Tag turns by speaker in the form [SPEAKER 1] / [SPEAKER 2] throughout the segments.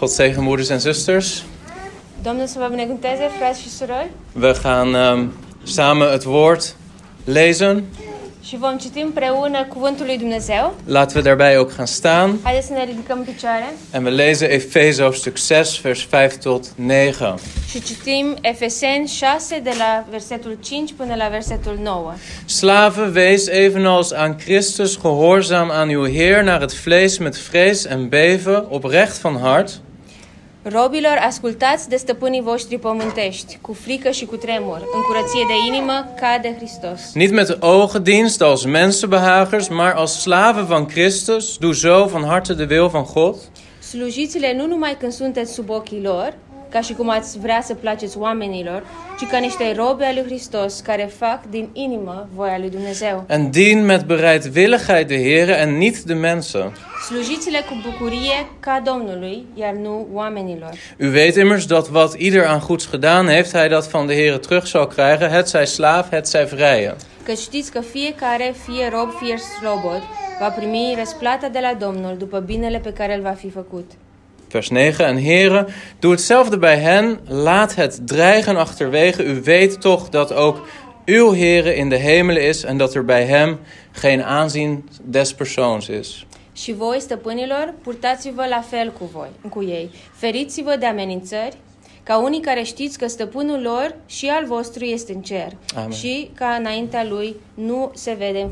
[SPEAKER 1] God zegen moeders en zusters.
[SPEAKER 2] Doamne să vă binecuvânteze, frați și surori,
[SPEAKER 1] We gaan ehm, samen het woord lezen.
[SPEAKER 2] și vom citi împreună Cuvântul lui Dumnezeu.
[SPEAKER 1] Laten we daarbij ook gaan staan.
[SPEAKER 2] Haideți să ne ridicăm în picioare
[SPEAKER 1] En we lezen Efeze hoofdstuk 6, vers 5 tot 9.
[SPEAKER 2] și citim Efeseni 6 de la versetul 5 până la versetul 9.
[SPEAKER 1] Slaven, wees evenals aan Christus gehoorzaam aan uw Heer naar het vlees met vrees en beven, oprecht van hart.
[SPEAKER 2] Robilor, ascultați de stăpânii voștri pământești, cu frică și cu tremur, în curăție de inimă, ca de Hristos.
[SPEAKER 1] Niet met de ogendienst als mensenbehagers, maar als slaven van Christus. Doe zo van harte de wil van God.
[SPEAKER 2] Slujiți-le nu numai când sunteți sub ochii lor, ca și cum ați vrea să placeți oamenilor, ci ca niște robi ale lui Hristos care fac din inimă voia lui Dumnezeu.
[SPEAKER 1] En dien met bereidwilligheid de Heer en niet de mensen.
[SPEAKER 2] Slujiți-le cu bucurie ca Domnului, iar nu oamenilor.
[SPEAKER 1] U weet immers dat wat ieder aan goeds gedaan heeft, hij dat van de Heer terug zal krijgen, het zij slaaf, het zij vrije.
[SPEAKER 2] Că știți că fiecare, fie rob, fie slobod, va primi răsplata de la Domnul după binele pe care îl va fi făcut.
[SPEAKER 1] Vers 9. En heren, doe hetzelfde bij hen. Laat het dreigen achterwege. U weet toch dat ook uw heren in de hemelen is en dat er bij hem geen aanzien des persoons is.
[SPEAKER 2] Și voi, stăpânilor, purtați-vă la fel cu voi, cu ei. Feriți-vă de amenințări, ca unii care știți că stăpânul lor și al vostru este în cer
[SPEAKER 1] Amen.
[SPEAKER 2] și ca înaintea lui nu se, vede,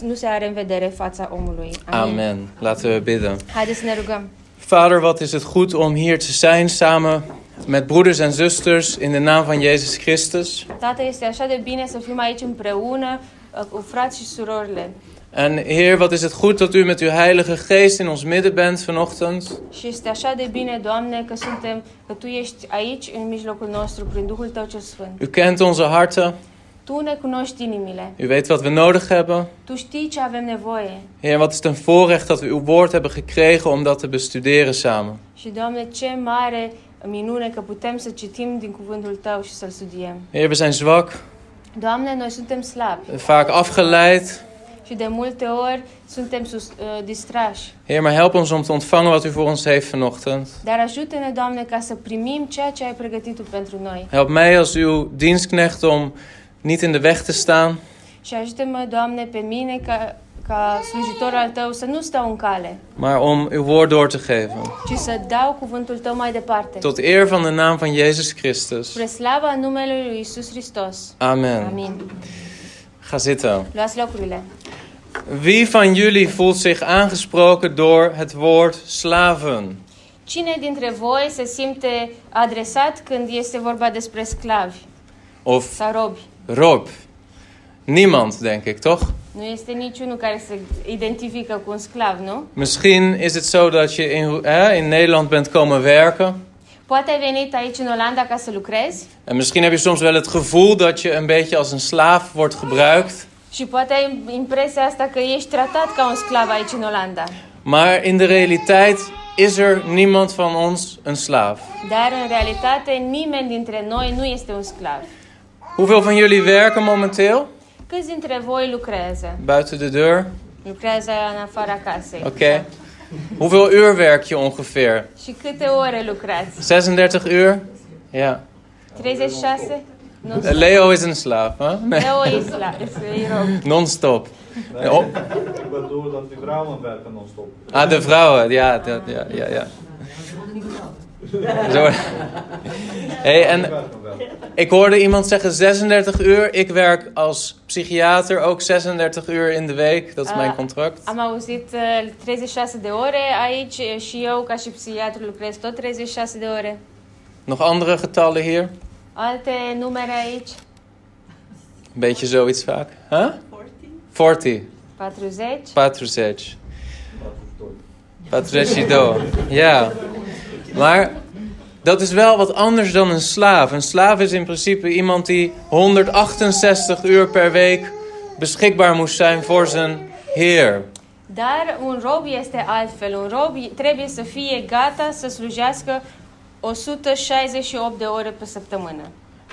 [SPEAKER 2] nu se are în vedere fața omului. Amin.
[SPEAKER 1] Amen. Laten we bidden.
[SPEAKER 2] Haideți să ne rugăm.
[SPEAKER 1] Vader, wat is het goed om hier te zijn samen met broeders en zusters in de naam van Jezus Christus.
[SPEAKER 2] Tată, este așa de bine să fim aici împreună uh, cu frați și surorile.
[SPEAKER 1] En Heer, wat is het goed dat u met uw Heilige Geest in ons midden bent vanochtend.
[SPEAKER 2] Și este așa de bine, Doamne, că suntem, că Tu ești aici în mijlocul nostru prin Duhul Tău cel Sfânt.
[SPEAKER 1] U kent onze harten.
[SPEAKER 2] Tu ne cunoști inimile.
[SPEAKER 1] U weet wat we nodig hebben.
[SPEAKER 2] Tu știi ce avem nevoie.
[SPEAKER 1] Heer, wat is het een voorrecht dat we uw woord hebben gekregen om dat te bestuderen samen.
[SPEAKER 2] Și, Doamne, ce mare minune că putem să citim din cuvântul Tău și să-L studiem.
[SPEAKER 1] Heer, we zijn zwak,
[SPEAKER 2] Doamne, noi suntem slabi
[SPEAKER 1] vaak afgeleid.
[SPEAKER 2] și de multe ori suntem sus, uh, distrași.
[SPEAKER 1] Heer, maar help ons om te ontvangen wat u voor ons heeft vanochtend.
[SPEAKER 2] Dar ajută-ne, Doamne, ca să primim ceea ce ai pregătit Tu pentru noi.
[SPEAKER 1] Help mij als uw dienstknecht om niet in de weg te staan.
[SPEAKER 2] Și ajută-mă, Doamne, pe mine ca, ca slujitor al Tău să nu stau în cale,
[SPEAKER 1] maar om uw woord door te geven.
[SPEAKER 2] ci să dau cuvântul Tău mai departe.
[SPEAKER 1] Tot eer van de naam van Jezus Christus.
[SPEAKER 2] Spre slava numelui Lui Isus Hristos.
[SPEAKER 1] Amen.
[SPEAKER 2] Amin.
[SPEAKER 1] Ga zitten.
[SPEAKER 2] Luați locurile.
[SPEAKER 1] Wie van jullie voelt zich aangesproken door het woord slaven?
[SPEAKER 2] Cine dintre voi se simte adresat când este vorba despre sclavi
[SPEAKER 1] Of
[SPEAKER 2] sau robi?
[SPEAKER 1] rob? Niemand, denk ik, toch?
[SPEAKER 2] Nu este niciunul care se identifică cu un sclav, nu?
[SPEAKER 1] Misschien is het zo dat je in, hè, in Nederland bent komen werken.
[SPEAKER 2] Poate ai venit aici în Olanda ca să lucrezi
[SPEAKER 1] En misschien heb je soms wel het gevoel dat je een beetje als een slaaf wordt gebruikt.
[SPEAKER 2] și poate ai impresia asta că ești tratat ca un sclav aici în Olanda.
[SPEAKER 1] Maar in de realiteit is er niemand van ons een slaaf.
[SPEAKER 2] Dar în realitate nimeni dintre noi nu este un sclav.
[SPEAKER 1] Hoeveel van jullie werken momenteel?
[SPEAKER 2] Câți dintre voi lucrează?
[SPEAKER 1] Buiten de deur?
[SPEAKER 2] Lucrează în afara casei.
[SPEAKER 1] Oké. Hoeveel uur werk je ongeveer?
[SPEAKER 2] Și câte ore lucrați?
[SPEAKER 1] 36 uur? Ja.
[SPEAKER 2] 36? Nu.
[SPEAKER 1] Eh, Leo is een slaaf, hè? Nee.
[SPEAKER 2] Leo e slav, e rob.
[SPEAKER 1] Non-stop.
[SPEAKER 3] Nee,
[SPEAKER 1] Oh.
[SPEAKER 3] Ik bedoel dat die vrouwen werken non-stop.
[SPEAKER 1] Ah, de vrouwen. Ja, dat, ja, ja, ja. Zo. Hey,
[SPEAKER 3] Die
[SPEAKER 1] en
[SPEAKER 3] werken wel.
[SPEAKER 1] ik hoorde iemand zeggen 36 uur. Ik werk als psychiater ook 36 uur in de week. Dat is mijn
[SPEAKER 2] Ah.
[SPEAKER 1] contract.
[SPEAKER 2] Am auzit uh, 36 de ore aici e, și eu ca și psihiatru lucrez tot 36 de ore.
[SPEAKER 1] Nog andere getallen hier?
[SPEAKER 2] Alte numere aici?
[SPEAKER 1] Een beetje zoiets vaak. Huh? 40.
[SPEAKER 2] 40?
[SPEAKER 1] 40.
[SPEAKER 3] Dat is toch.
[SPEAKER 1] Patricido. Ja. Maar dat is wel wat anders dan een slaaf. Een slaaf is in principe iemand die 168 uur per week beschikbaar moest zijn voor zijn heer.
[SPEAKER 2] Dar un rob este altfel. Un rob i- trebuie să fie gata să slujească 168 de ore pe săptămână.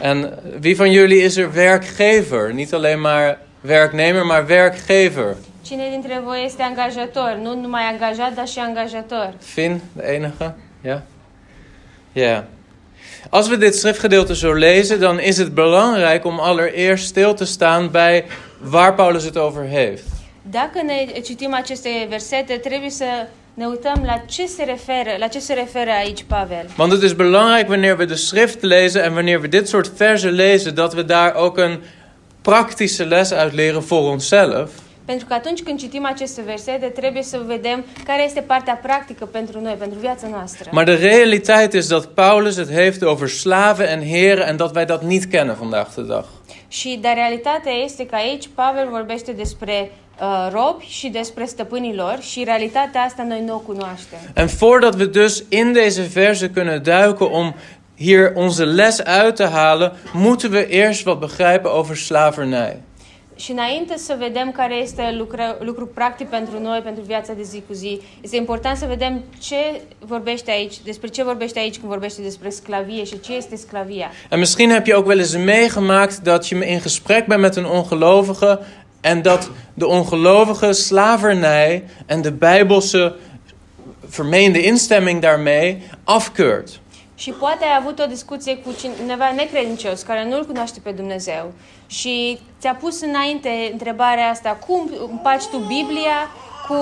[SPEAKER 1] En wie van jullie is er werkgever? Niet alleen maar werknemer, maar werkgever.
[SPEAKER 2] Cine dintre voi este angajator? Nu numai angajat, dar și angajator.
[SPEAKER 1] Finn, de enige. Ja. Ja. Als we dit schriftgedeelte zo lezen, dan is het belangrijk om allereerst stil te staan bij waar Paulus het over heeft.
[SPEAKER 2] Dacă ne citim aceste versete, trebuie să ne uităm la ce se referă, la ce se referă aici Pavel.
[SPEAKER 1] Want het is belangrijk wanneer we de schrift lezen en wanneer we dit soort versen lezen, dat we daar ook een praktische les uit leren voor onszelf.
[SPEAKER 2] Pentru că atunci când citim aceste versete, trebuie să vedem care este partea practică pentru noi, pentru viața noastră.
[SPEAKER 1] Maar de realiteit is dat Paulus het heeft over slaven en heren en dat wij dat niet kennen vandaag de dag.
[SPEAKER 2] Și dar realitatea este că aici Pavel vorbește despre uh, robi și despre stăpânii lor și realitatea asta noi nu o cunoaștem.
[SPEAKER 1] En voordat we dus in deze verse kunnen duiken om hier onze les uit te halen, moeten we eerst wat begrijpen over slavernij.
[SPEAKER 2] Și înainte să vedem care este lucru, lucru practic pentru noi, pentru viața de zi cu zi, este important să vedem ce vorbește aici, despre ce vorbește aici când vorbește despre sclavie și ce este sclavia.
[SPEAKER 1] En misschien heb je ook wel eens meegemaakt dat je in gesprek bent met een ongelovige en dat de ongelovige slavernij en de bijbelse vermeende instemming daarmee afkeurt.
[SPEAKER 2] Și poate ai avut o discuție cu cineva necredincios care nu-L cunoaște pe Dumnezeu și ți-a pus înainte întrebarea asta, cum împaci tu Biblia cu,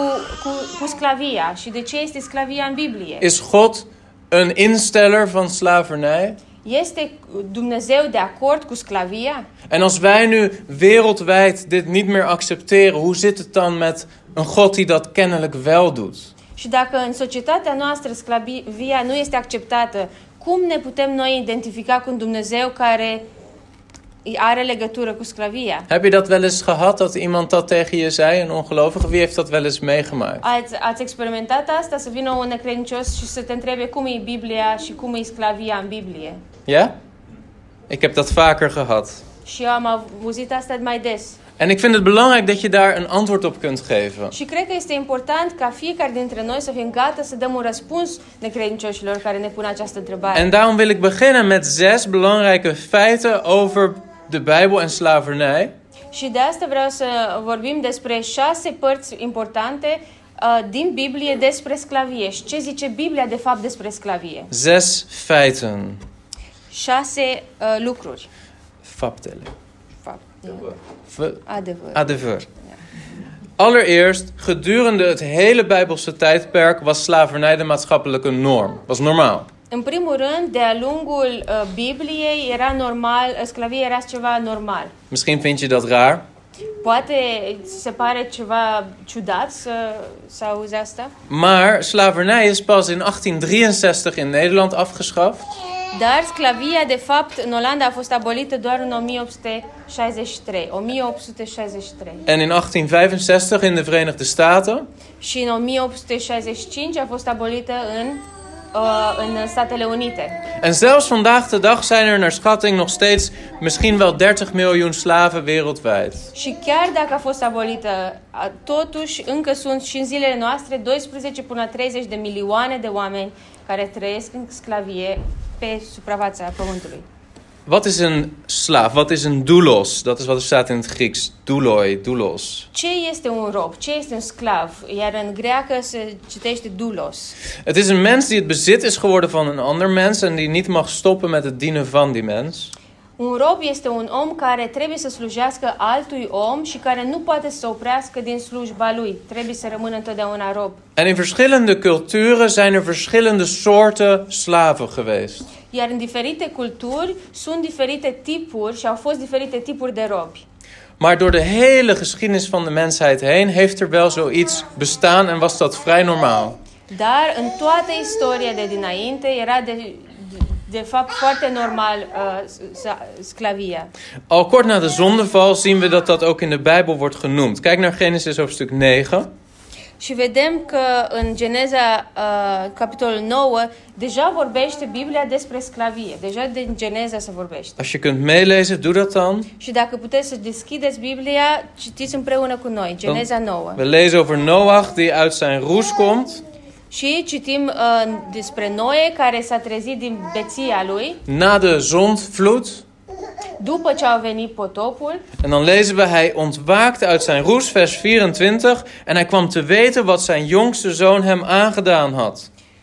[SPEAKER 2] cu, cu sclavia și de ce este sclavia în Biblie?
[SPEAKER 1] Is God een insteller van slavernij?
[SPEAKER 2] Este Dumnezeu de acord cu sclavia?
[SPEAKER 1] En als wij nu wereldwijd dit niet meer accepteren, hoe zit het dan met een God die dat kennelijk wel doet?
[SPEAKER 2] Și dacă în societatea noastră sclavia nu este acceptată, cum ne putem noi identifica cu un Dumnezeu care are legătură cu sclavia?
[SPEAKER 1] Heb je dat wel eens gehad dat iemand dat tegen je zei, een ongelovige? Wie heeft dat wel eens meegemaakt?
[SPEAKER 2] Ați, ați experimentat asta, să vină un necredincios și să te întrebe cum e Biblia și cum e sclavia în Biblie?
[SPEAKER 1] Ja? Ik heb dat vaker gehad.
[SPEAKER 2] Și eu am auzit asta mai des.
[SPEAKER 1] En ik vind het belangrijk dat je daar een antwoord op kunt geven.
[SPEAKER 2] Și cred că este important ca fiecare dintre noi să fim gata să dăm un răspuns necredincioșilor care ne pun această întrebare.
[SPEAKER 1] En daarom wil ik beginnen met zes belangrijke feiten over de Bijbel en slavernij.
[SPEAKER 2] Și de asta vreau să vorbim despre șase părți importante uh, din Biblie despre sclavie. Și ce zice Biblia de fapt despre sclavie?
[SPEAKER 1] Zes feiten.
[SPEAKER 2] Șase uh, lucruri.
[SPEAKER 1] Faptelen.
[SPEAKER 2] Fapt.
[SPEAKER 1] V-
[SPEAKER 2] Adevăr.
[SPEAKER 1] Adeveur. Allereerst, gedurende het hele Bijbelse tijdperk was slavernij de maatschappelijke norm. Was normaal.
[SPEAKER 2] În primul rând, de-a lungul uh, Bibliei era normal, uh, sclavia era ceva normal.
[SPEAKER 1] Misschien vind je dat raar,
[SPEAKER 2] Poate ți se pare ceva ciudat să, să auzi asta,
[SPEAKER 1] maar slavernij is pas in 1863 in Nederland afgeschaft.
[SPEAKER 2] dar sclavia de fapt în Olanda a fost abolită doar în 1863, 1863.
[SPEAKER 1] En in 1865 in de Verenigde Staten.
[SPEAKER 2] Și în 1865 a fost abolită în uh, în Statele Unite.
[SPEAKER 1] En zelfs vandaag de dag zijn er naar schatting nog steeds misschien wel 30 miljoen slaven wereldwijd.
[SPEAKER 2] Și chiar dacă a fost abolită, a- totuși încă sunt și în zilele noastre 12 până la 30 de milioane de oameni care trăiesc în sclavie pe suprafața pământului.
[SPEAKER 1] Wat is een slaaf? Wat is een doulos? Dat is wat er staat in het Grieks. Douloi, doulos.
[SPEAKER 2] Ce este un rob? Ce este un sclav? Iar în greacă se citește doulos.
[SPEAKER 1] Het is een mens die het bezit is geworden van een ander mens en die niet mag stoppen met het dienen van die mens.
[SPEAKER 2] Un rob este un om care trebuie să slujească altui om și care nu poate să se oprească din slujba lui. Trebuie să rămână întotdeauna rob.
[SPEAKER 1] En in verschillende culturen zijn er verschillende soorten slaven geweest.
[SPEAKER 2] Iar în diferite culturi sunt diferite tipuri și au fost diferite tipuri de robi.
[SPEAKER 1] Maar door de hele geschiedenis van de mensheid heen heeft er wel zoiets bestaan en was dat vrij normaal.
[SPEAKER 2] Dar în toată istoria de dinainte era de, de, de fapt foarte normal uh, s- s- sclavia.
[SPEAKER 1] Al kort na de zondeval zien we dat dat ook in de Bijbel wordt genoemd. Kijk naar Genesis hoofdstuk 9.
[SPEAKER 2] Și vedem că în Geneza, uh, capitolul 9, deja vorbește Biblia despre sclavie. Deja din Geneza se vorbește.
[SPEAKER 1] Als je kunt meelezen, doe dat dan.
[SPEAKER 2] Și dacă puteți să deschideți Biblia, citiți împreună cu noi, Geneza 9.
[SPEAKER 1] We lezen over Noach die uit zijn roes komt.
[SPEAKER 2] Și citim uh, despre Noe care s-a trezit din beția lui.
[SPEAKER 1] Na de zondvloed.
[SPEAKER 2] După ce a venit potopul
[SPEAKER 1] En dan lezen we, hij ontwaakte uit zijn roes, vers 24. En hij kwam te weten wat zijn jongste zoon hem aangedaan had.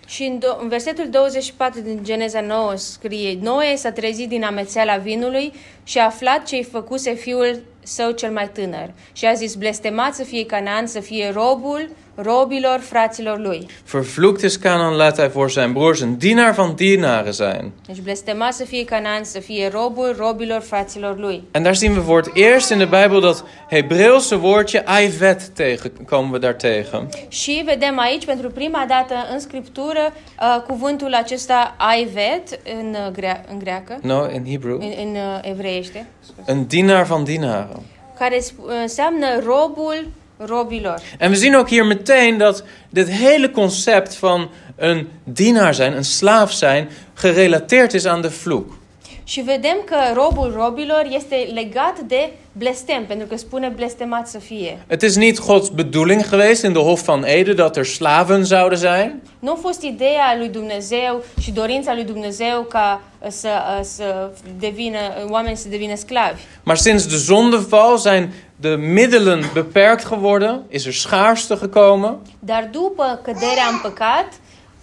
[SPEAKER 2] Și în, do- în versetul 24 din Geneza 9 scrie Noe s-a trezit din amețeala vinului și a aflat ce-i făcuse fiul său cel mai tânăr. Și a zis, blestemat să fie Canaan, să fie robul robilor fraților lui.
[SPEAKER 1] Vervloekt is Canaan, laat hij voor zijn broers een dienaar van dienaren zijn.
[SPEAKER 2] Deci blestemat să fie Canaan, să fie robul robilor fraților lui.
[SPEAKER 1] En daar zien we voor het eerst in de Bijbel dat Hebreeuwse woordje aivet tegen, komen we daartegen.
[SPEAKER 2] Și vedem aici, pentru prima dată în scriptură, uh, cuvântul acesta aivet în, uh, grea- în greacă,
[SPEAKER 1] No, in Hebrew.
[SPEAKER 2] în, în uh, evreiește,
[SPEAKER 1] Een dienaar van dienaren.
[SPEAKER 2] care sp- înseamnă robul robilor.
[SPEAKER 1] En we zien ook hier meteen dat dit hele concept van een dienaar zijn, een slaaf zijn, gerelateerd is aan de vloek.
[SPEAKER 2] Și vedem că robul robilor este legat de blestem, pentru că spune blestemat să fie.
[SPEAKER 1] Het is niet Gods bedoeling geweest in de Hof van Eden dat er slaven zouden zijn.
[SPEAKER 2] Nu a fost ideea lui Dumnezeu și dorința lui Dumnezeu ca uh, să, uh, să devină, uh, oamenii să devină sclavi.
[SPEAKER 1] Maar sinds de zondeval zijn de middelen beperkt geworden, is er schaarste gekomen.
[SPEAKER 2] Dar după căderea în păcat,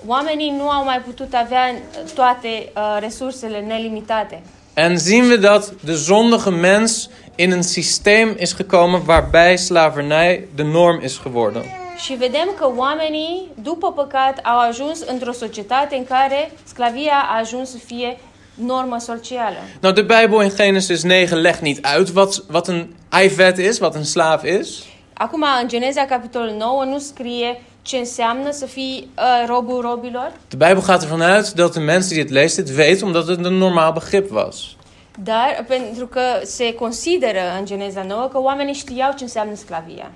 [SPEAKER 2] oamenii nu au mai putut avea uh, toate uh, resursele nelimitate.
[SPEAKER 1] En zien we dat de zondige mens in een systeem is gekomen waarbij slavernij de norm is geworden.
[SPEAKER 2] Și vedem că oamenii, după păcat, au ajuns într-o societate în care sclavia a ajuns să fie normă socială.
[SPEAKER 1] Nou, de Bijbel in Genesis 9 legt niet uit wat, wat een aivet is, wat een slaaf is.
[SPEAKER 2] Acum, în Geneza, capitolul 9, nu scrie ce înseamnă să fii uh, robul robilor,
[SPEAKER 1] De Bijbel gaat ervan uit dat de mensen die het lezen dit weten omdat het een normaal begrip was.
[SPEAKER 2] dar pentru că se consideră în Geneza 9 că oamenii știau ce înseamnă sclavia.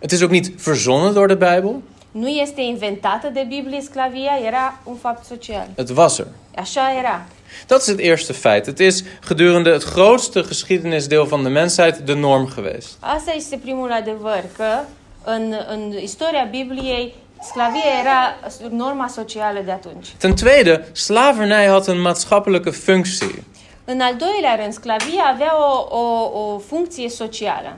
[SPEAKER 1] Het is ook niet verzonnen door de Bijbel,
[SPEAKER 2] Nu este inventată de Biblie sclavia, era un fapt social.
[SPEAKER 1] het was er.
[SPEAKER 2] Așa era.
[SPEAKER 1] Dat is het eerste feit. Het is gedurende het grootste geschiedenisdeel van de mensheid de norm geweest.
[SPEAKER 2] Asta este primul adevăr, că în, în istoria Bibliei sclavia era norma socială de atunci.
[SPEAKER 1] Ten tweede, slavernij had een maatschappelijke functie.
[SPEAKER 2] În al doilea rând, sclavia avea o, o, o funcție socială.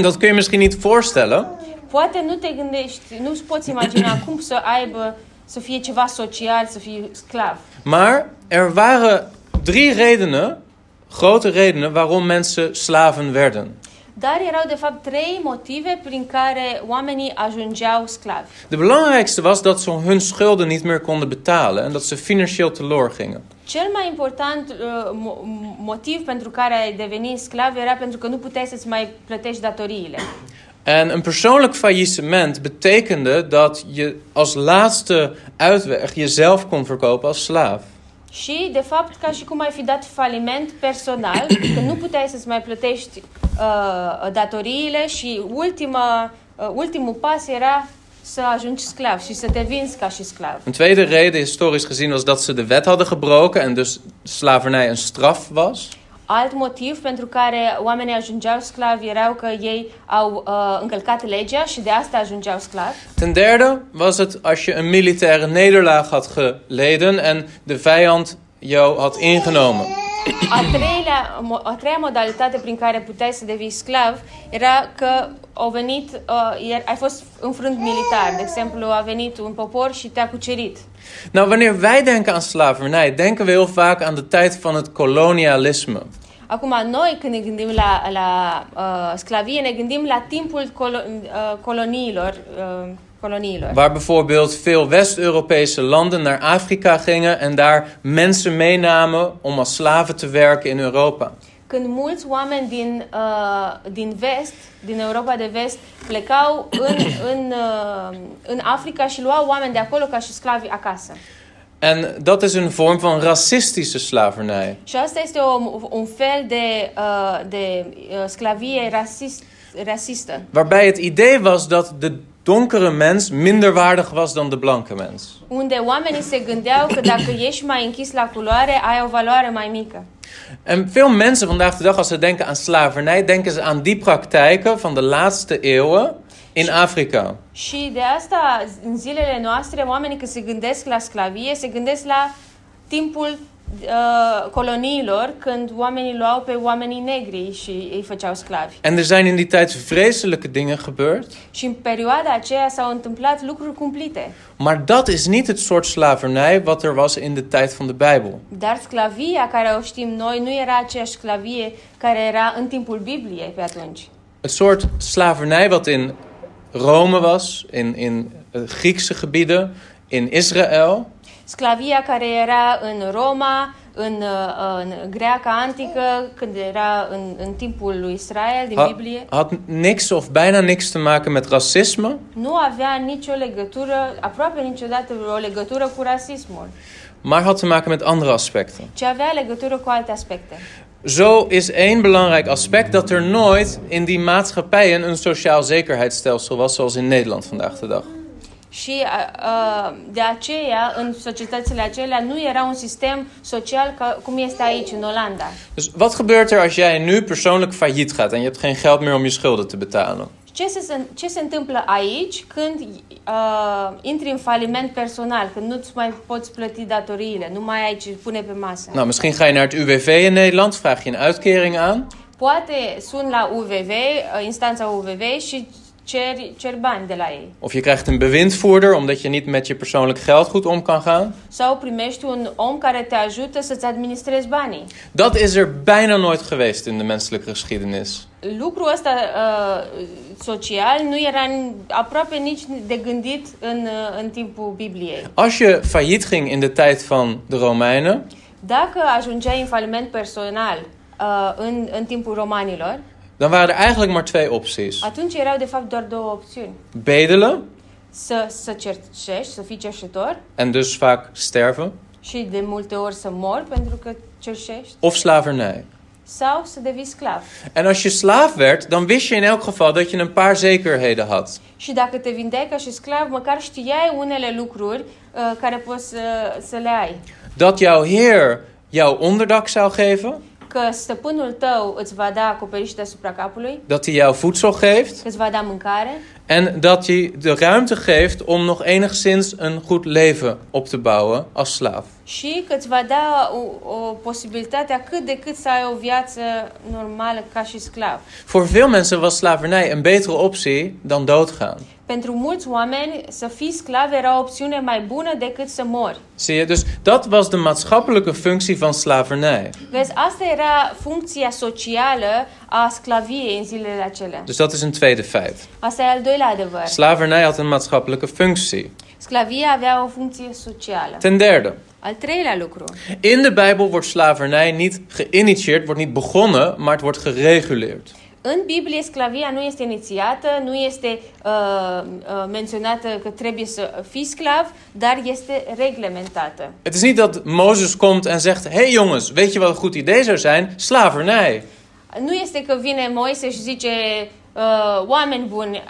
[SPEAKER 1] dat kun je misschien niet voorstellen,
[SPEAKER 2] Poate nu te gândești, nu-ți poți imagina cum să aibă, să fie ceva social, să fii sclav.
[SPEAKER 1] maar er waren drie redenen, grote redenen, waarom mensen slaven werden.
[SPEAKER 2] Dar erau de fapt trei motive prin care oamenii ajungeau sclavi.
[SPEAKER 1] De belangrijkste was dat ze hun schulden niet meer konden betalen en dat ze financieel teloor gingen.
[SPEAKER 2] Cel mai important uh, mo- m- motiv pentru care ai devenit sclav era pentru că nu puteai să-ți mai plătești datoriile.
[SPEAKER 1] En een persoonlijk faillissement betekende dat je als laatste uitweg jezelf kon verkopen als slaaf.
[SPEAKER 2] Și, de fapt, ca și cum ai fi dat faliment personal, că nu puteai să-ți mai plătești uh, datoriile și ultima, uh, ultimul pas era să ajungi sclav și să te vinzi ca și sclav.
[SPEAKER 1] Een tweede reden, historisch gezien, was dat ze de wet hadden gebroken en dus slavernij een straf was.
[SPEAKER 2] Alt motiv pentru care oamenii ajungeau sclavi erau că ei au uh, încălcat legea și de asta ajungeau sclavi.
[SPEAKER 1] Ten derde was het als je een militaire nederlaag had geleden en de vijand jou had ingenomen.
[SPEAKER 2] A, treilea, mo- a treia modalitate prin care puteai să devii sclav era că au venit, uh, iar ai fost înfrânt militar. De exemplu, a venit un popor și te-a cucerit.
[SPEAKER 1] Nou, wanneer wij denken aan slavernij, denken we heel vaak aan de tijd van het kolonialisme.
[SPEAKER 2] Acum, noi când ne gândim la, la uh, sclavie, ne gândim la timpul colo- uh, coloniilor. Uh, coloniilor.
[SPEAKER 1] Waar bijvoorbeeld veel West-Europese landen naar Afrika gingen en daar mensen meenamen om als slaven te werken in Europa.
[SPEAKER 2] Când mulți oameni din, uh, din vest, din Europa de vest, plecau în, în, uh, în Africa și luau oameni de acolo ca și sclavi acasă.
[SPEAKER 1] En dat is een vorm van racistische slavernij.
[SPEAKER 2] Și asta este o, un fel de, uh, de uh, sclavie rasist, rasistă,
[SPEAKER 1] Waarbij het idee was dat de donkere mens minder waardig was dan de blanke mens.
[SPEAKER 2] unde oamenii se gândeau că dacă ești mai închis la culoare, ai o valoare mai mică.
[SPEAKER 1] En veel mensen vandaag de dag, als ze denken aan slavernij, denken ze aan die praktijken van de laatste eeuwen in Afrika.
[SPEAKER 2] Și de asta, în zilele noastre, oamenii când se gândesc la sclavie, se gândesc la timpul uh, coloniilor când oamenii luau pe oamenii negri și îi făceau sclavi.
[SPEAKER 1] En er zijn in die tijd vreselijke dingen gebeurd.
[SPEAKER 2] Și în perioada aceea s-au întâmplat lucruri cumplite.
[SPEAKER 1] Maar dat is niet het soort slavernij wat er was in de tijd van de Bijbel.
[SPEAKER 2] Dar sclavia care o știm noi nu era aceeași sclavie care era în timpul Bibliei pe atunci.
[SPEAKER 1] Het soort slavernij wat in Rome was, in, in eh, Griekse gebieden, in Israël,
[SPEAKER 2] Sclavia care era în Roma, în, uh, în greaca antică, când era în, în timpul lui Israel din
[SPEAKER 1] ha-
[SPEAKER 2] Biblie,
[SPEAKER 1] had niks of bijna niks te maken met racisme,
[SPEAKER 2] nu avea nicio legătură, aproape niciodată o legătură cu rasismul,
[SPEAKER 1] maar had te maken met andere aspecten.
[SPEAKER 2] ci avea legătură cu alte aspecte.
[SPEAKER 1] Zo is één belangrijk aspect dat er nooit in die maatschappijen een sociaal zekerheidsstelsel was zoals in Nederland vandaag de dag.
[SPEAKER 2] Și a, a, de aceea, în societățile acelea, nu era un sistem social ca, cum este aici, în Olanda.
[SPEAKER 1] Dus wat gebeurt er als jij nu persoonlijk failliet gaat en je hebt geen geld meer om je schulden te betalen?
[SPEAKER 2] Ce se, ce se întâmplă aici când uh, intri în faliment personal, când nu-ți mai poți plăti datoriile, nu mai ai ce pune pe masă?
[SPEAKER 1] Nou, misschien ga je naar het UWV in Nederland, vraag je een uitkering aan.
[SPEAKER 2] Poate sun la UVV, uh, instanța UVV și ceri, ceri bani de la ei.
[SPEAKER 1] Of je krijgt een bewindvoerder omdat je niet met je persoonlijk geld goed om kan gaan.
[SPEAKER 2] Sau primești un om care te ajută să-ți administrezi banii.
[SPEAKER 1] Dat is er bijna nooit geweest in de menselijke geschiedenis.
[SPEAKER 2] Lucrul ăsta uh, social nu era în- aproape nici de gândit în, uh, în timpul Bibliei.
[SPEAKER 1] Als je failliet ging in de tijd van de Romeinen,
[SPEAKER 2] Dacă ajungeai în faliment personal uh, în, în timpul romanilor,
[SPEAKER 1] dan waren er eigenlijk maar twee opties:
[SPEAKER 2] Atunci erau de fapt doar două opțiuni.
[SPEAKER 1] bedelen
[SPEAKER 2] Să, să cercești, să fii cerșetor
[SPEAKER 1] en dus vaak sterven,
[SPEAKER 2] și de multe ori să mori pentru că cerșești
[SPEAKER 1] of slavernij.
[SPEAKER 2] sau să devii sclav.
[SPEAKER 1] En als je slaaf werd, dan wist je in elk geval dat je een paar zekerheden had.
[SPEAKER 2] Și dacă te vindeai ca și sclav, măcar știai unele lucruri uh, care poți să, să le ai.
[SPEAKER 1] Dat jouw heer jou onderdak zou geven,
[SPEAKER 2] Că stăpânul tău îți va da acoperiș deasupra capului,
[SPEAKER 1] dat hij jou voedsel geeft
[SPEAKER 2] că îți va da mâncare
[SPEAKER 1] en dat hij de ruimte geeft om nog enigszins een goed leven op te bouwen als slaaf.
[SPEAKER 2] și că îți va da o, o posibilitatea cât de cât să ai o viață normală ca și sclav.
[SPEAKER 1] Voor veel mensen was slavernij een betere optie dan doodgaan.
[SPEAKER 2] Pentru mulți oameni, să fii sclav era o opțiune mai bună decât să mori.
[SPEAKER 1] Zie je, dus dat was de maatschappelijke functie van slavernij.
[SPEAKER 2] Vezi, asta era funcția socială a sclaviei în zilele acelea.
[SPEAKER 1] Dus dat is een tweede feit.
[SPEAKER 2] Asta e al doilea adevăr.
[SPEAKER 1] Slavernij had een maatschappelijke functie.
[SPEAKER 2] Sclavia avea o funcție socială.
[SPEAKER 1] Ten derde,
[SPEAKER 2] Al treilea lucru.
[SPEAKER 1] in de Bijbel wordt slavernij niet geïnitieerd, wordt niet begonnen, maar het wordt gereguleerd.
[SPEAKER 2] În Biblie, sclavia nu este inițiată, nu este uh, uh, menționată că trebuie să fii sclav, dar este reglementată.
[SPEAKER 1] Het is niet dat Mozes komt en zegt: Hé hey jongens, weet je wat een goed idee zou zijn? Slavernij.
[SPEAKER 2] Nu este că vine Moise și zice, uh, oameni buni,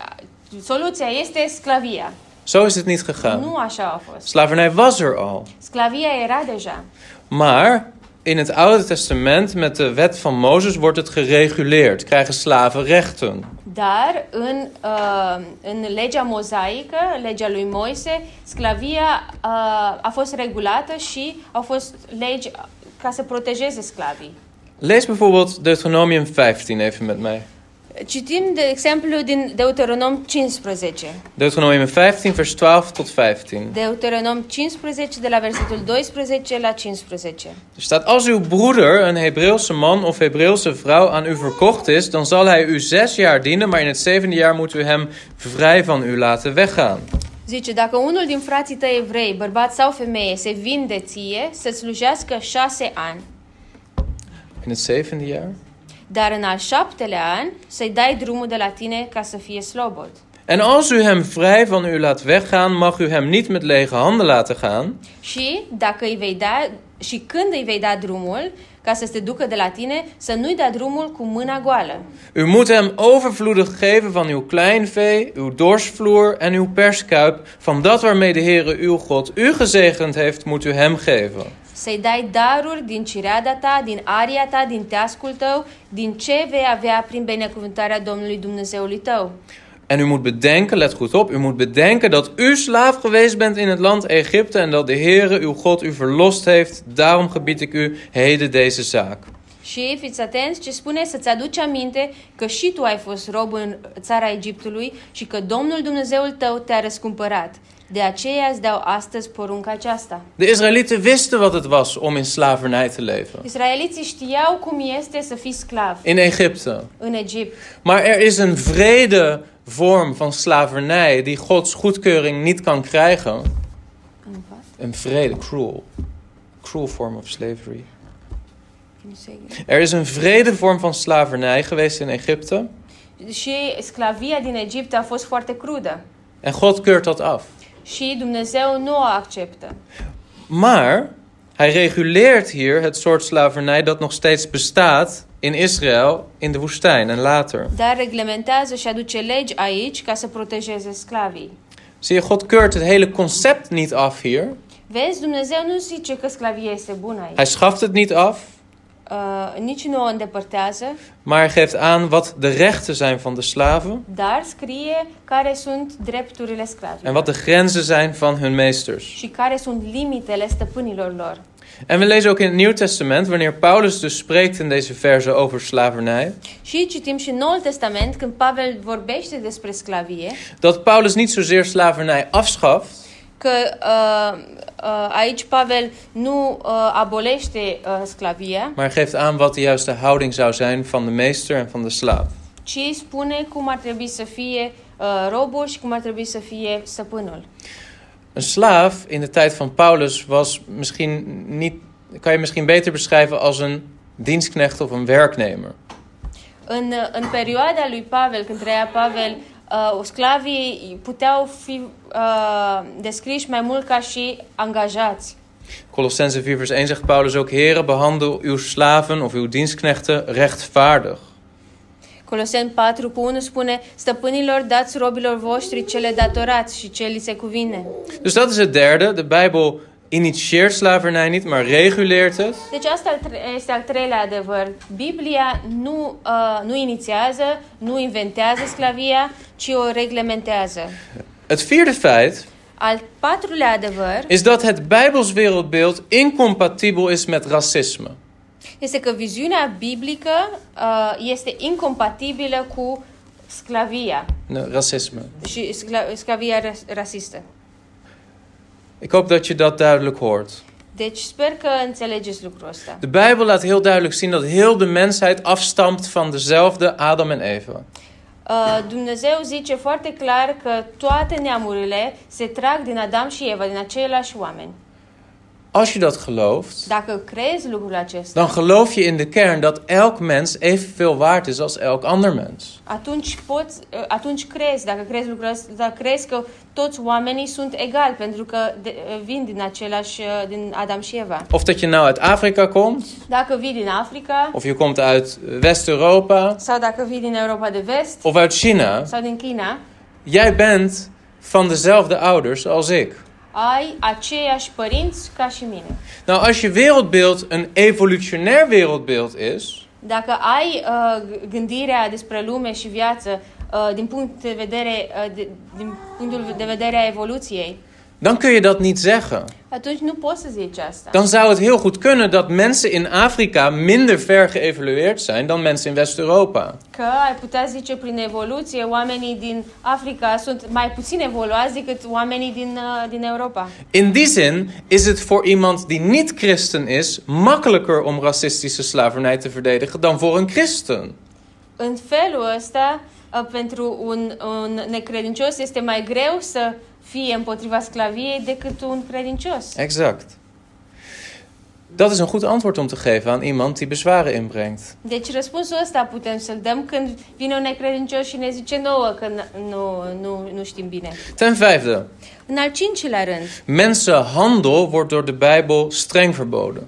[SPEAKER 2] soluția este sclavia.
[SPEAKER 1] Zo is het niet gegaan.
[SPEAKER 2] Nu așa a fost.
[SPEAKER 1] Slavernij was er al.
[SPEAKER 2] Sclavia era deja.
[SPEAKER 1] Maar in het Oude Testament, met de wet van Mozes, wordt het gereguleerd. Krijgen slaven rechten.
[SPEAKER 2] Dar în, uh, în legea mozaică, legea lui Moise, sclavia uh, a fost regulată și au fost legi ca să protejeze sclavii.
[SPEAKER 1] Lees bijvoorbeeld Deuteronomium 15 even met mij.
[SPEAKER 2] Citim, de exemplu, din Deuteronom 15.
[SPEAKER 1] Deuteronomium 15, vers 12 tot 15.
[SPEAKER 2] Deuteronom 15, de la versetul 12 la 15.
[SPEAKER 1] Er staat: Als uw broeder, een Hebreeuwse man of Hebreeuwse vrouw, aan u verkocht is, dan zal hij u zes jaar dienen, maar in het zevende jaar moet u hem vrij van u laten weggaan.
[SPEAKER 2] Zice, dacă unul din frații tăi evrei, bărbat sau femeie, se vinde ție să slujească șase ani,
[SPEAKER 1] In het zevende jaar?
[SPEAKER 2] dar în al șaptelea an să-i dai drumul de la tine ca să fie slobod.
[SPEAKER 1] En als u hem vrij van u laat weggaan, mag u hem niet met lege handen laten gaan.
[SPEAKER 2] Și dacă îi vei da, și când îi vei da drumul, ca să se ducă de la tine, să nu-i da drumul cu mâna goală.
[SPEAKER 1] U moet hem overvloedig geven van uw kleinvee, uw dorsvloer en uw perskuip. Van dat waarmee de Heere uw God u gezegend heeft, moet u hem geven.
[SPEAKER 2] Să-i dai daruri din cireada ta, din aria ta, din teascul tău, din ce vei avea prin binecuvântarea Domnului Dumnezeului tău.
[SPEAKER 1] En u moet bedenken, let goed op, u moet bedenken dat u slaaf geweest bent in het land Egypte en dat de Heere uw God u verlost heeft. Daarom gebied ik u heden deze zaak.
[SPEAKER 2] Și fiți atenți ce spune să-ți aduci aminte că și tu ai fost rob în țara Egiptului și că Domnul Dumnezeul tău te-a răscumpărat. De aceea îți dau astăzi porunca aceasta.
[SPEAKER 1] De Israëlieten wisten wat het was om in slavernij te leven.
[SPEAKER 2] Israeliții știau cum este să fii sclav
[SPEAKER 1] In Egypte.
[SPEAKER 2] în Egipt,
[SPEAKER 1] Maar er is een vrede vorm van slavernij die Gods goedkeuring niet kan krijgen.
[SPEAKER 2] În pat?
[SPEAKER 1] Een vrede, cruel. Cruel form of slavery.
[SPEAKER 2] Cum se-
[SPEAKER 1] Er is een vrede vorm van slavernij geweest in Egypte.
[SPEAKER 2] Și sclavia din Egipt a fost foarte crudă
[SPEAKER 1] En God keurt dat af.
[SPEAKER 2] și Dumnezeu nu o acceptă.
[SPEAKER 1] Maar hij reguleert hier het soort slavernij dat nog steeds bestaat in Israël in de woestijn en later.
[SPEAKER 2] Dar reglementează și aduce legi aici ca să protejeze sclavii.
[SPEAKER 1] Zie je, God keurt het hele concept niet af hier.
[SPEAKER 2] Vezi, Dumnezeu nu zice că sclavia este bună aici.
[SPEAKER 1] Hij schaft het niet af,
[SPEAKER 2] Uh, nici nu o îndepărtează,
[SPEAKER 1] maar hij geeft aan wat de rechten zijn van de slaven
[SPEAKER 2] dar scrie care sunt drepturile
[SPEAKER 1] en
[SPEAKER 2] sclavilor
[SPEAKER 1] wat de grenzen zijn van hun meesters.
[SPEAKER 2] și care sunt limitele stăpânilor lor.
[SPEAKER 1] En we lezen ook in het Nieuw Testament, wanneer Paulus dus spreekt in deze verse over slavernij,
[SPEAKER 2] Și citim și în Noul Testament când Pavel vorbește despre sclavie,
[SPEAKER 1] dat Paulus niet zozeer slavernij afschaft,
[SPEAKER 2] că uh, uh, aici Pavel nu uh, abolește uh, sclavia,
[SPEAKER 1] maar geeft aan wat de juiste houding zou zijn van de meester en van de slaaf.
[SPEAKER 2] ci spune cum ar trebui să fie uh, robul și cum ar trebui să fie stăpânul.
[SPEAKER 1] Een slaaf in de tijd van Paulus was misschien niet, kan je misschien beter beschrijven als een dienstknecht of een werknemer.
[SPEAKER 2] În, în perioada lui Pavel, când trăia Pavel, uh, sclavii puteau fi uh, descriși mai mult ca și angajați.
[SPEAKER 1] Colossense 4 vers 1 zegt Paulus ook, heren behandel uw slaven of uw dienstknechten rechtvaardig.
[SPEAKER 2] Colosen 4 cu 1 spune, stăpânilor dați robilor voștri cele datorați și ce li se cuvine.
[SPEAKER 1] Dus dat is het derde. De Bijbel initieert slavernij niet, maar reguleert het.
[SPEAKER 2] Deci asta al tre- este al treilea adevăr. Biblia nu, uh, nu inițiază, nu inventează sclavia, ci o reglementează.
[SPEAKER 1] Het vierde feit
[SPEAKER 2] Al patrulea adevăr
[SPEAKER 1] is dat het Bijbels wereldbeeld incompatibel is met racisme.
[SPEAKER 2] este că viziunea biblică uh, este incompatibilă cu sclavia
[SPEAKER 1] Nee, racisme.
[SPEAKER 2] și scla- sclavia ras- rasistă.
[SPEAKER 1] Ik hoop dat je dat duidelijk hoort.
[SPEAKER 2] Deci sper că înțelegeți lucrul ăsta.
[SPEAKER 1] De Bijbel laat heel duidelijk zien dat heel de mensheid afstamt van dezelfde Adam en Eva.
[SPEAKER 2] Uh, Dumnezeu zice foarte clar că toate neamurile se trag din Adam și Eva, din aceiași oameni.
[SPEAKER 1] Als je dat gelooft,
[SPEAKER 2] Dacă crezi lucrul acesta,
[SPEAKER 1] dan geloof je in de kern dat elk mens evenveel waard is als elk ander mens.
[SPEAKER 2] atunci poți, uh, atunci crezi, dacă crezi lucrul ăsta, dar crezi că toți oamenii sunt egali pentru că de, uh, vin din același, uh, din Adam și Eva.
[SPEAKER 1] Of dat je nou uit Afrika komt,
[SPEAKER 2] Dacă vii din Africa,
[SPEAKER 1] of je komt uit West-Europa,
[SPEAKER 2] sau dacă vii din Europa de Vest
[SPEAKER 1] of uit China,
[SPEAKER 2] sau din China,
[SPEAKER 1] jij bent van dezelfde ouders als ik.
[SPEAKER 2] ai aceiași părinți ca și mine.
[SPEAKER 1] Nou, als je wereldbeeld een evolutionair wereldbeeld is,
[SPEAKER 2] Dacă ai uh, g- gândirea despre lume și viață uh, din punct de vedere uh, de, din punctul de vedere a evoluției,
[SPEAKER 1] dan kun je dat niet zeggen.
[SPEAKER 2] atunci nu poți să zici asta.
[SPEAKER 1] Dan zou het heel goed kunnen dat mensen in Afrika minder ver geëvalueerd zijn dan mensen in West-Europa.
[SPEAKER 2] Că ai putea zice prin evoluție oamenii din Africa sunt mai puțin evoluați decât oamenii din, uh, din Europa.
[SPEAKER 1] In die zin is het voor iemand die niet christen is makkelijker om racistische slavernij te verdedigen dan voor een christen.
[SPEAKER 2] În felul ăsta, uh, pentru un, un necredincios este mai greu să fie împotriva sclaviei decât un credincios.
[SPEAKER 1] Exact. Dat is een goed antwoord om te geven aan iemand die bezwaren inbrengt.
[SPEAKER 2] Deci răspunsul ăsta putem să-l dăm când vine un necredincios și ne zice nouă că n- nu, nu, nu știm bine.
[SPEAKER 1] Ten vijfde,
[SPEAKER 2] În al cincilea rând,
[SPEAKER 1] mensenhandel wordt door de Bijbel streng verboden.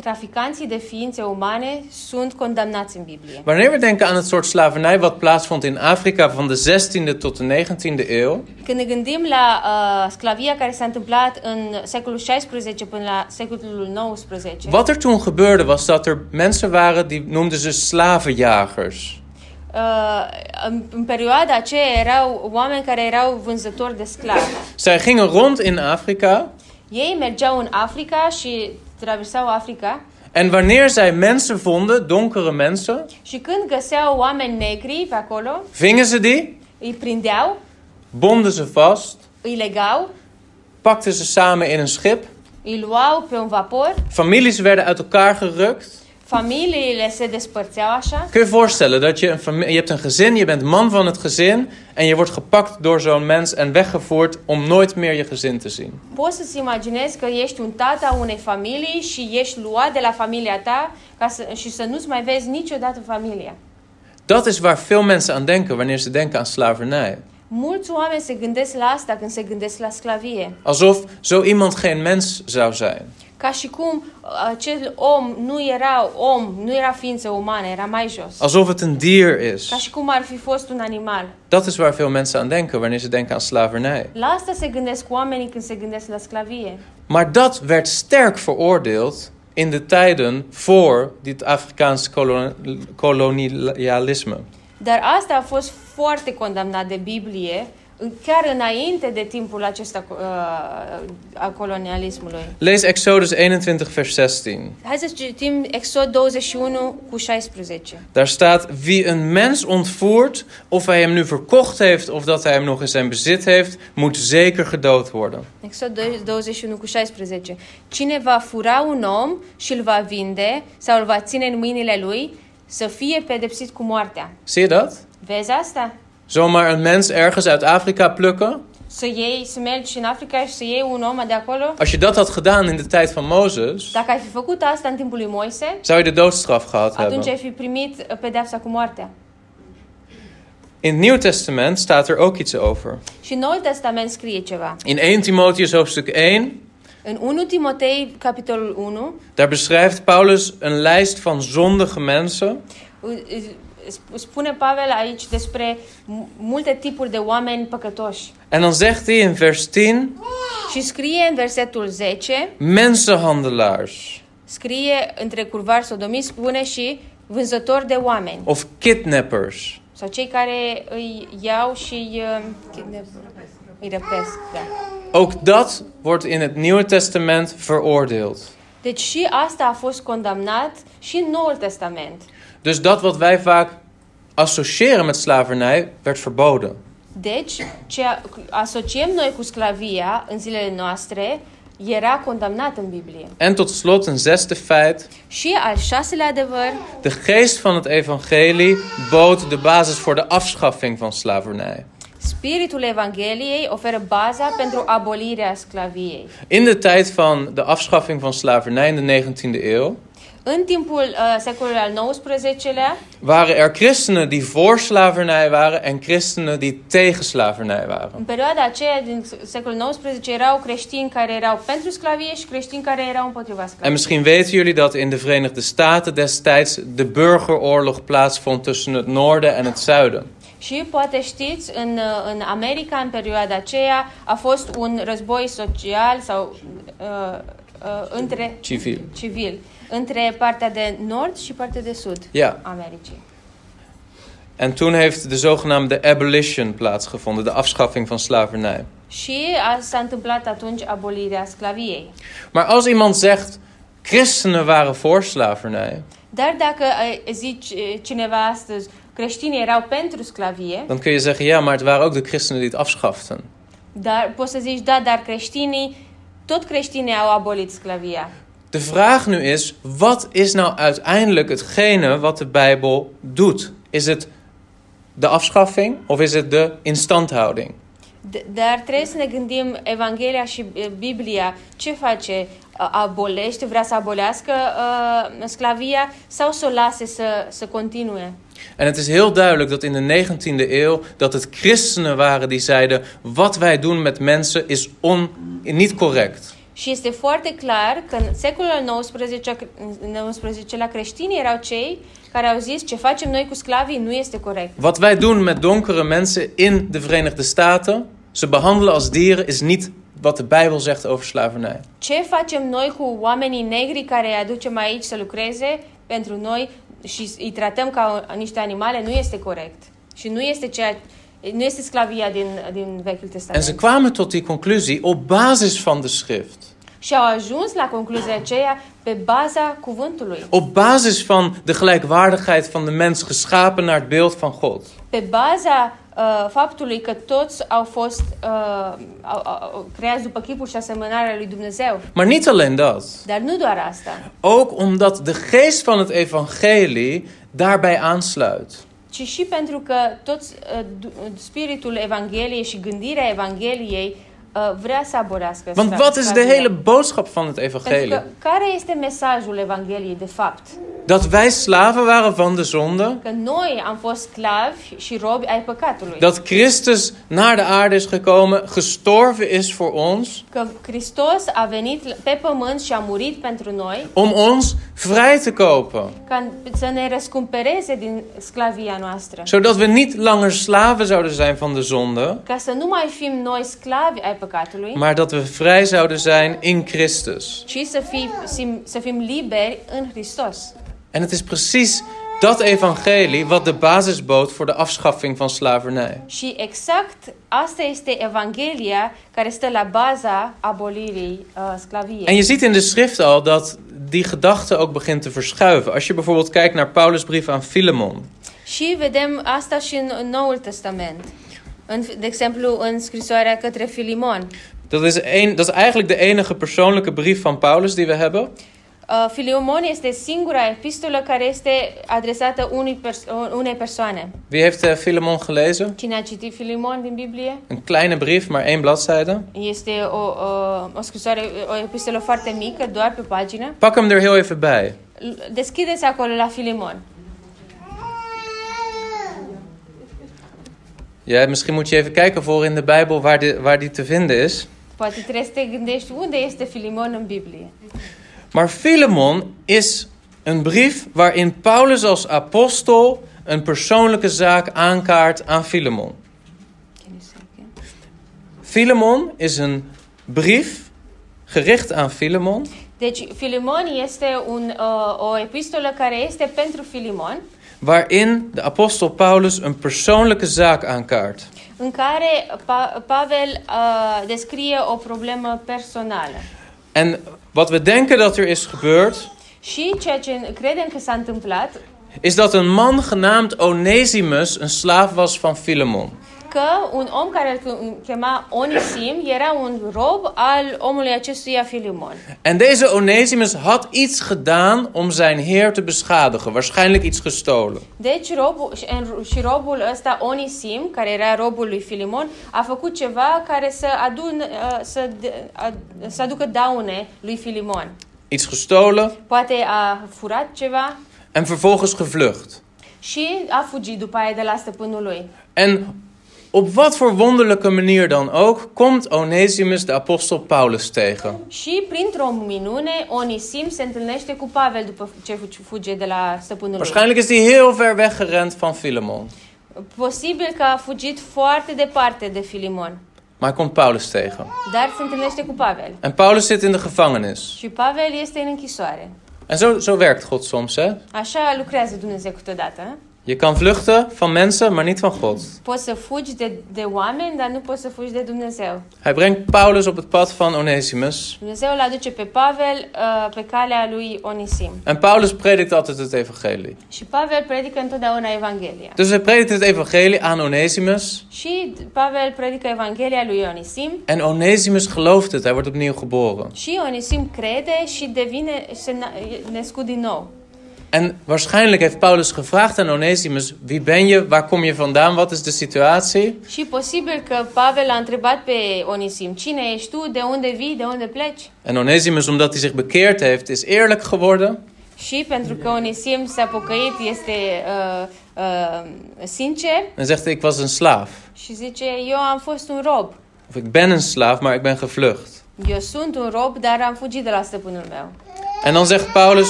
[SPEAKER 2] traficanții de ființe umane sunt condamnați în Biblie.
[SPEAKER 1] Wanneer we denken aan het soort slavernij wat plaatsvond in Afrika van de 16e tot de 19e eeuw,
[SPEAKER 2] Când ne gândim la uh, sclavia care s-a întâmplat în secolul 16 până la secolul 19,
[SPEAKER 1] wat er toen gebeurde was dat er mensen waren die noemden ze slavenjagers.
[SPEAKER 2] uh, în, în perioada aceea erau oameni care erau vânzători de sclavi.
[SPEAKER 1] Zij gingen rond in Afrika
[SPEAKER 2] Ei mergeau în Africa și traversau Africa
[SPEAKER 1] en wanneer zij mensen vonden, donkere mensen,
[SPEAKER 2] și când găseau oameni negri pe acolo,
[SPEAKER 1] vingen ze die,
[SPEAKER 2] îi prindeau,
[SPEAKER 1] bonden ze vast,
[SPEAKER 2] îi legau,
[SPEAKER 1] pakten ze samen in een schip,
[SPEAKER 2] îi luau pe un vapor,
[SPEAKER 1] families werden uit elkaar gerukt.
[SPEAKER 2] familiile se despărțeau așa.
[SPEAKER 1] Kun je je voorstellen dat je, een fami- je hebt een gezin, je bent man van het gezin en je wordt gepakt door zo'n mens en weggevoerd om nooit meer je gezin te zien.
[SPEAKER 2] Poți să-ți imaginezi că ești un tata unei familii și ești luat de la familia ta ca să, și să nu-ți mai vezi niciodată familia.
[SPEAKER 1] Dat is waar veel mensen aan denken wanneer ze denken aan slavernij.
[SPEAKER 2] Mulți oameni se gândesc la asta când se gândesc la sclavie.
[SPEAKER 1] Alsof zo iemand geen mens zou zijn.
[SPEAKER 2] Ca și cum uh, acel om nu era om, nu era ființă umană, era mai jos.
[SPEAKER 1] Alsof het een dier
[SPEAKER 2] Ca
[SPEAKER 1] is.
[SPEAKER 2] și cum ar fi fost un animal.
[SPEAKER 1] Dat is waar veel mensen aan denken wanneer ze denken aan slavernij.
[SPEAKER 2] La asta se gândesc oamenii când se gândesc la sclavie.
[SPEAKER 1] Maar dat werd sterk veroordeeld in de tijden voor dit Afrikaanse kolon- kolonialisme.
[SPEAKER 2] Dar asta a fost foarte condamnat de Biblie, în- chiar înainte de timpul acesta uh, a colonialismului.
[SPEAKER 1] Lees Exodus 21, vers 16.
[SPEAKER 2] Hai să citim Exod 21 cu 16.
[SPEAKER 1] Daar staat: Wie een mens ontvoert, of hij hem nu verkocht heeft of dat hij hem nog in zijn bezit heeft, moet zeker gedood worden.
[SPEAKER 2] Exod 21 cu 16. Cine va fura un om și îl va vinde sau îl va ține în mâinile lui, să fie pedepsit cu moartea.
[SPEAKER 1] Zie je dat?
[SPEAKER 2] Vezi asta?
[SPEAKER 1] Zomaar een mens ergens uit Afrika plukken.
[SPEAKER 2] Să iei, să mergi în Africa și să iei un om de acolo?
[SPEAKER 1] Als je dat had gedaan in de tijd van Mozes,
[SPEAKER 2] Dacă ai fi făcut asta în timpul lui Moise,
[SPEAKER 1] zou je de doodstraf gehad
[SPEAKER 2] atunci ai
[SPEAKER 1] hebben.
[SPEAKER 2] fi primit uh, pedeapsa cu moartea.
[SPEAKER 1] In het Nieuw Testament staat er ook iets over.
[SPEAKER 2] Și în Noul Testament scrie ceva.
[SPEAKER 1] In 1 Timotheus hoofdstuk 1,
[SPEAKER 2] În 1 Timotei, capitolul 1,
[SPEAKER 1] daar beschrijft Paulus een lijst van zondige mensen.
[SPEAKER 2] Sp- Spune Pavel aici despre mu- multe tipuri de oameni păcătoși.
[SPEAKER 1] En dan zegt hij in vers 10:
[SPEAKER 2] Și scrie în versetul 10,
[SPEAKER 1] mensenhandelaars
[SPEAKER 2] scrie între curvari sodomiți, spune și vânzători de oameni.
[SPEAKER 1] of kidnappers.
[SPEAKER 2] Sau cei care îi iau și îi, uh, îi răpesc. Da.
[SPEAKER 1] Ook dat wordt in het Nieuwe Testament veroordeeld.
[SPEAKER 2] Deci și asta a fost condamnat și în Noul Testament.
[SPEAKER 1] Dus dat wat wij vaak associëren met slavernij werd verboden.
[SPEAKER 2] Deci, ce asociem noi cu sclavia în zilele noastre era condamnat în Biblie.
[SPEAKER 1] En tot slot een zesde feit.
[SPEAKER 2] Și al șaselea adevăr,
[SPEAKER 1] De geest van het evangelie bood de basis voor de afschaffing van slavernij.
[SPEAKER 2] Spiritul Evangheliei oferă baza pentru abolirea sclaviei.
[SPEAKER 1] In de tijd van de afschaffing van slavernij in de 19e eeuw
[SPEAKER 2] În timpul uh, secolului al XIX-lea
[SPEAKER 1] waren er christenen die voor slavernij waren en christenen die tegen slavernij waren.
[SPEAKER 2] În perioada aceea din secolul XIX erau creștini care erau pentru sclavie și creștini care erau împotriva
[SPEAKER 1] En
[SPEAKER 2] sclaviei.
[SPEAKER 1] misschien weten jullie dat in de Verenigde Staten destijds de burgeroorlog plaatsvond tussen het noorden en het zuiden.
[SPEAKER 2] Și poate știți, în, uh, în America, în perioada aceea, a fost un război social sau uh, uh, între
[SPEAKER 1] Civil.
[SPEAKER 2] civil, între partea de nord și partea de sud
[SPEAKER 1] Ja,
[SPEAKER 2] a Americii.
[SPEAKER 1] en toen heeft de zogenaamde abolition plaatsgevonden, de afschaffing van slavernij.
[SPEAKER 2] Și a, s-a întâmplat atunci abolirea sclaviei.
[SPEAKER 1] Maar als iemand zegt, christenen waren voor slavernij,
[SPEAKER 2] Dar dacă ai- zici e, cineva astăzi, creștinii erau pentru sclavie,
[SPEAKER 1] dan kun je zeggen, ja, maar het waren ook de christenen die het afschaften.
[SPEAKER 2] dar poți să zici, da, dar creștinii, tot creștinii au abolit sclavia.
[SPEAKER 1] De vraag nu is, wat is nou uiteindelijk hetgene wat de Bijbel doet? Is het de afschaffing of is het de instandhouding?
[SPEAKER 2] D- Dar trebuie să ne gândim, Evanghelia și e, Biblia, ce face? A- Abolește, vrea să abolească uh, sclavia sau să o lase să, să continue?
[SPEAKER 1] En het is heel duidelijk dat in de 19e eeuw dat het christenen waren die zeiden: wat wij doen met mensen is on, niet correct.
[SPEAKER 2] Și este foarte clar că în secolul al XIX-lea, în 19-lea, creștinii erau cei care au zis ce facem noi cu sclavii nu este corect.
[SPEAKER 1] Wat wij doen met donkere mensen in de Verenigde Staten, ze behandelen als dieren, is niet wat de Bijbel zegt over slavernij.
[SPEAKER 2] Ce facem noi cu oamenii negri care îi aducem aici să lucreze? Pentru noi, și îi tratăm ca niște animale nu este corect. Și nu este ceea, nu este sclavia din, din Vechiul
[SPEAKER 1] En ze
[SPEAKER 2] Testament.
[SPEAKER 1] kwamen tot die conclusie op basis van de schrift.
[SPEAKER 2] Și au ajuns la concluzia aceea pe baza cuvântului,
[SPEAKER 1] Op basis van de gelijkwaardigheid van de mens geschapen naar het beeld van God.
[SPEAKER 2] pe baza uh, faptului că toți au fost uh, au, au, au, creați după chipul și asemănarea lui Dumnezeu.
[SPEAKER 1] Maar niet alleen dat.
[SPEAKER 2] Dar nu doar asta,
[SPEAKER 1] Ook omdat de geest van het evangelie daarbij aansluit.
[SPEAKER 2] ci și pentru că toți uh, du- spiritul Evangheliei și gândirea Evangheliei uh, vrea să abolească.
[SPEAKER 1] Want
[SPEAKER 2] stra-
[SPEAKER 1] wat is de
[SPEAKER 2] sclavia.
[SPEAKER 1] hele boodschap van het
[SPEAKER 2] Pentru
[SPEAKER 1] evangelie?
[SPEAKER 2] că care este mesajul Evangheliei de fapt?
[SPEAKER 1] Dat wij slaven waren van de zonde.
[SPEAKER 2] Că noi am fost sclavi și robi ai păcatului.
[SPEAKER 1] Dat Christus naar de aarde is gekomen, gestorven is voor ons.
[SPEAKER 2] Că Hristos a venit pe pământ și a murit pentru noi
[SPEAKER 1] Om ons vrij te kopen.
[SPEAKER 2] ca să ne răscumpereze din sclavia noastră.
[SPEAKER 1] Zodat we niet langer slaven zouden zijn van de zonde.
[SPEAKER 2] Ca să nu mai fim noi sclavi ai păcatului,
[SPEAKER 1] Maar dat we vrij zouden zijn in Christus.
[SPEAKER 2] ci să fim, sim- să fim liberi în Hristos.
[SPEAKER 1] En het is precies dat evangelie wat de basis bood voor de afschaffing van slavernij.
[SPEAKER 2] Și exact asta este Evanghelia care stă la baza abolirii uh, sclaviei.
[SPEAKER 1] En je ziet in de schrift al dat die gedachte ook begint te verschuiven. Als je bijvoorbeeld kijkt naar Paulus' brief aan Filemon.
[SPEAKER 2] Și vedem asta și în în Noul Testament. În, de exemplu, în scrisoarea către Filimon.
[SPEAKER 1] Dat is, een, dat is eigenlijk de enige persoonlijke brief van Paulus die we hebben.
[SPEAKER 2] Uh, Filimon este singura epistolă care este adresată unui pers- uh, unei persoane.
[SPEAKER 1] Wie heeft eh, Filemon gelezen?
[SPEAKER 2] Cine a citit Filimon din Biblie?
[SPEAKER 1] Een kleine brief, maar één bladzijde.
[SPEAKER 2] Este o, o, o scrisoare, o epistolă foarte mică, doar pe pagină.
[SPEAKER 1] Pak hem er heel even bij.
[SPEAKER 2] L- Deschideți acolo la Filimon.
[SPEAKER 1] Ja, misschien moet je even kijken voor in de Bijbel waar die, waar die te vinden is.
[SPEAKER 2] Poate trebuie să te gândești unde este Filimon în Biblie.
[SPEAKER 1] Maar Filemon is een brief waarin Paulus als apostel een persoonlijke zaak aankaart aan Filemon.
[SPEAKER 2] Can you say again?
[SPEAKER 1] Filemon is een brief gericht aan Filemon,
[SPEAKER 2] Deci, Filimon este un, uh, o epistolă care este pentru Filimon,
[SPEAKER 1] waarin de apostel Paulus een persoonlijke zaak aankaart.
[SPEAKER 2] în care pa- Pavel uh, descrie o problemă personală.
[SPEAKER 1] En wat we denken dat er is gebeurd,
[SPEAKER 2] Și ceea ce credem că s-a întâmplat,
[SPEAKER 1] is dat een man genaamd Onesimus een slaaf was van Filemon.
[SPEAKER 2] că un om care îl chema Onisim era un rob al omului acestuia Filimon.
[SPEAKER 1] En deze Onesimus had iets gedaan om zijn heer te beschadigen, waarschijnlijk iets gestolen.
[SPEAKER 2] Deci robul, și- în- și robul ăsta Onisim, care era robul lui Filimon, a făcut ceva care să, adun, uh, să, de- ad- să aducă daune lui Filimon.
[SPEAKER 1] Iets gestolen
[SPEAKER 2] Poate a furat ceva
[SPEAKER 1] en vervolgens gevlucht.
[SPEAKER 2] și a fugit după aia de la stăpânul lui.
[SPEAKER 1] En op wat voor wonderlijke manier dan ook komt Onesimus de apostel Paulus tegen.
[SPEAKER 2] Și printr-o minune, Onisim se întâlnește cu Pavel după ce fu- fuge de la stăpânul lui.
[SPEAKER 1] Waarschijnlijk is hij heel ver weggerend van Filemon.
[SPEAKER 2] Posibil că a fugit foarte departe de Filimon,
[SPEAKER 1] Maar hij komt Paulus tegen.
[SPEAKER 2] dar se întâlnește cu Pavel.
[SPEAKER 1] En Paulus zit in de gevangenis.
[SPEAKER 2] Și Pavel este în închisoare.
[SPEAKER 1] En zo, zo werkt God soms, hè?
[SPEAKER 2] Așa lucrează Dumnezeu câteodată. hă?
[SPEAKER 1] Je kan vluchten van mensen, maar niet van God.
[SPEAKER 2] Poți să fugi de, de oameni, dar nu poți să fugi de Dumnezeu.
[SPEAKER 1] Hij brengt Paulus op het pad van Onesimus.
[SPEAKER 2] Dumnezeu îl aduce pe Pavel uh, pe calea lui Onisim.
[SPEAKER 1] En Paulus predikt altijd het evangelie.
[SPEAKER 2] Și Pavel predică întotdeauna Evanghelia.
[SPEAKER 1] Dus hij predikt het evangelie aan Onesimus.
[SPEAKER 2] Și Pavel predică Evanghelia lui Onisim
[SPEAKER 1] En Onesimus gelooft het, hij wordt opnieuw geboren.
[SPEAKER 2] și Onisim crede și devine se na- născut din nou.
[SPEAKER 1] En waarschijnlijk heeft Paulus gevraagd aan Onesimus: wie ben je, waar kom je vandaan, wat is de situatie?
[SPEAKER 2] Și posibil că Pavel a întrebat pe Onisim, cine ești tu, de unde vii, de unde pleci?
[SPEAKER 1] En Onesimus, omdat hij zich bekeerd heeft, is eerlijk geworden.
[SPEAKER 2] Și pentru că Onisim s-a pocăit, este uh, uh, sincer
[SPEAKER 1] En zegt: Ik was een slaaf.
[SPEAKER 2] și zice, eu am fost un rob.
[SPEAKER 1] Of ik ben een slaaf, maar ik ben gevlucht.
[SPEAKER 2] Eu sunt un rob, dar am fugit de la stăpânul meu.
[SPEAKER 1] En dan zegt Paulus: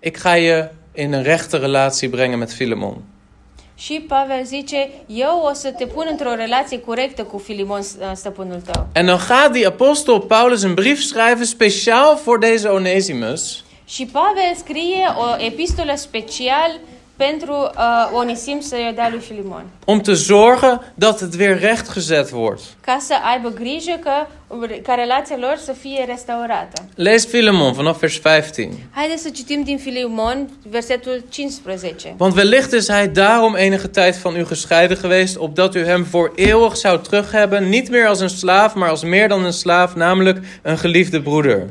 [SPEAKER 1] Ik ga je in een rechte relatie brengen met Filemon.
[SPEAKER 2] Și Pavel zice, eu o să te pun într-o relație corectă cu Filimon, st- stăpânul tău.
[SPEAKER 1] En dan gaat die apostel Paulus een brief schrijven speciaal voor deze Onesimus.
[SPEAKER 2] Și Pavel scrie o epistolă special pentru uh, Onisim să i-o dea lui Filimon.
[SPEAKER 1] Om te zorgen dat het weer rechtgezet wordt.
[SPEAKER 2] Ca să aibă grijă că, ca relația lor să fie restaurată.
[SPEAKER 1] Lees Filemon vanaf vers 15.
[SPEAKER 2] Haideți să citim din Filimon, versetul 15.
[SPEAKER 1] Want wellicht is hij daarom enige tijd van u gescheiden geweest, opdat u hem voor eeuwig zou terug hebben, niet meer als een slaaf, maar als meer dan een slaaf, namelijk een geliefde broeder.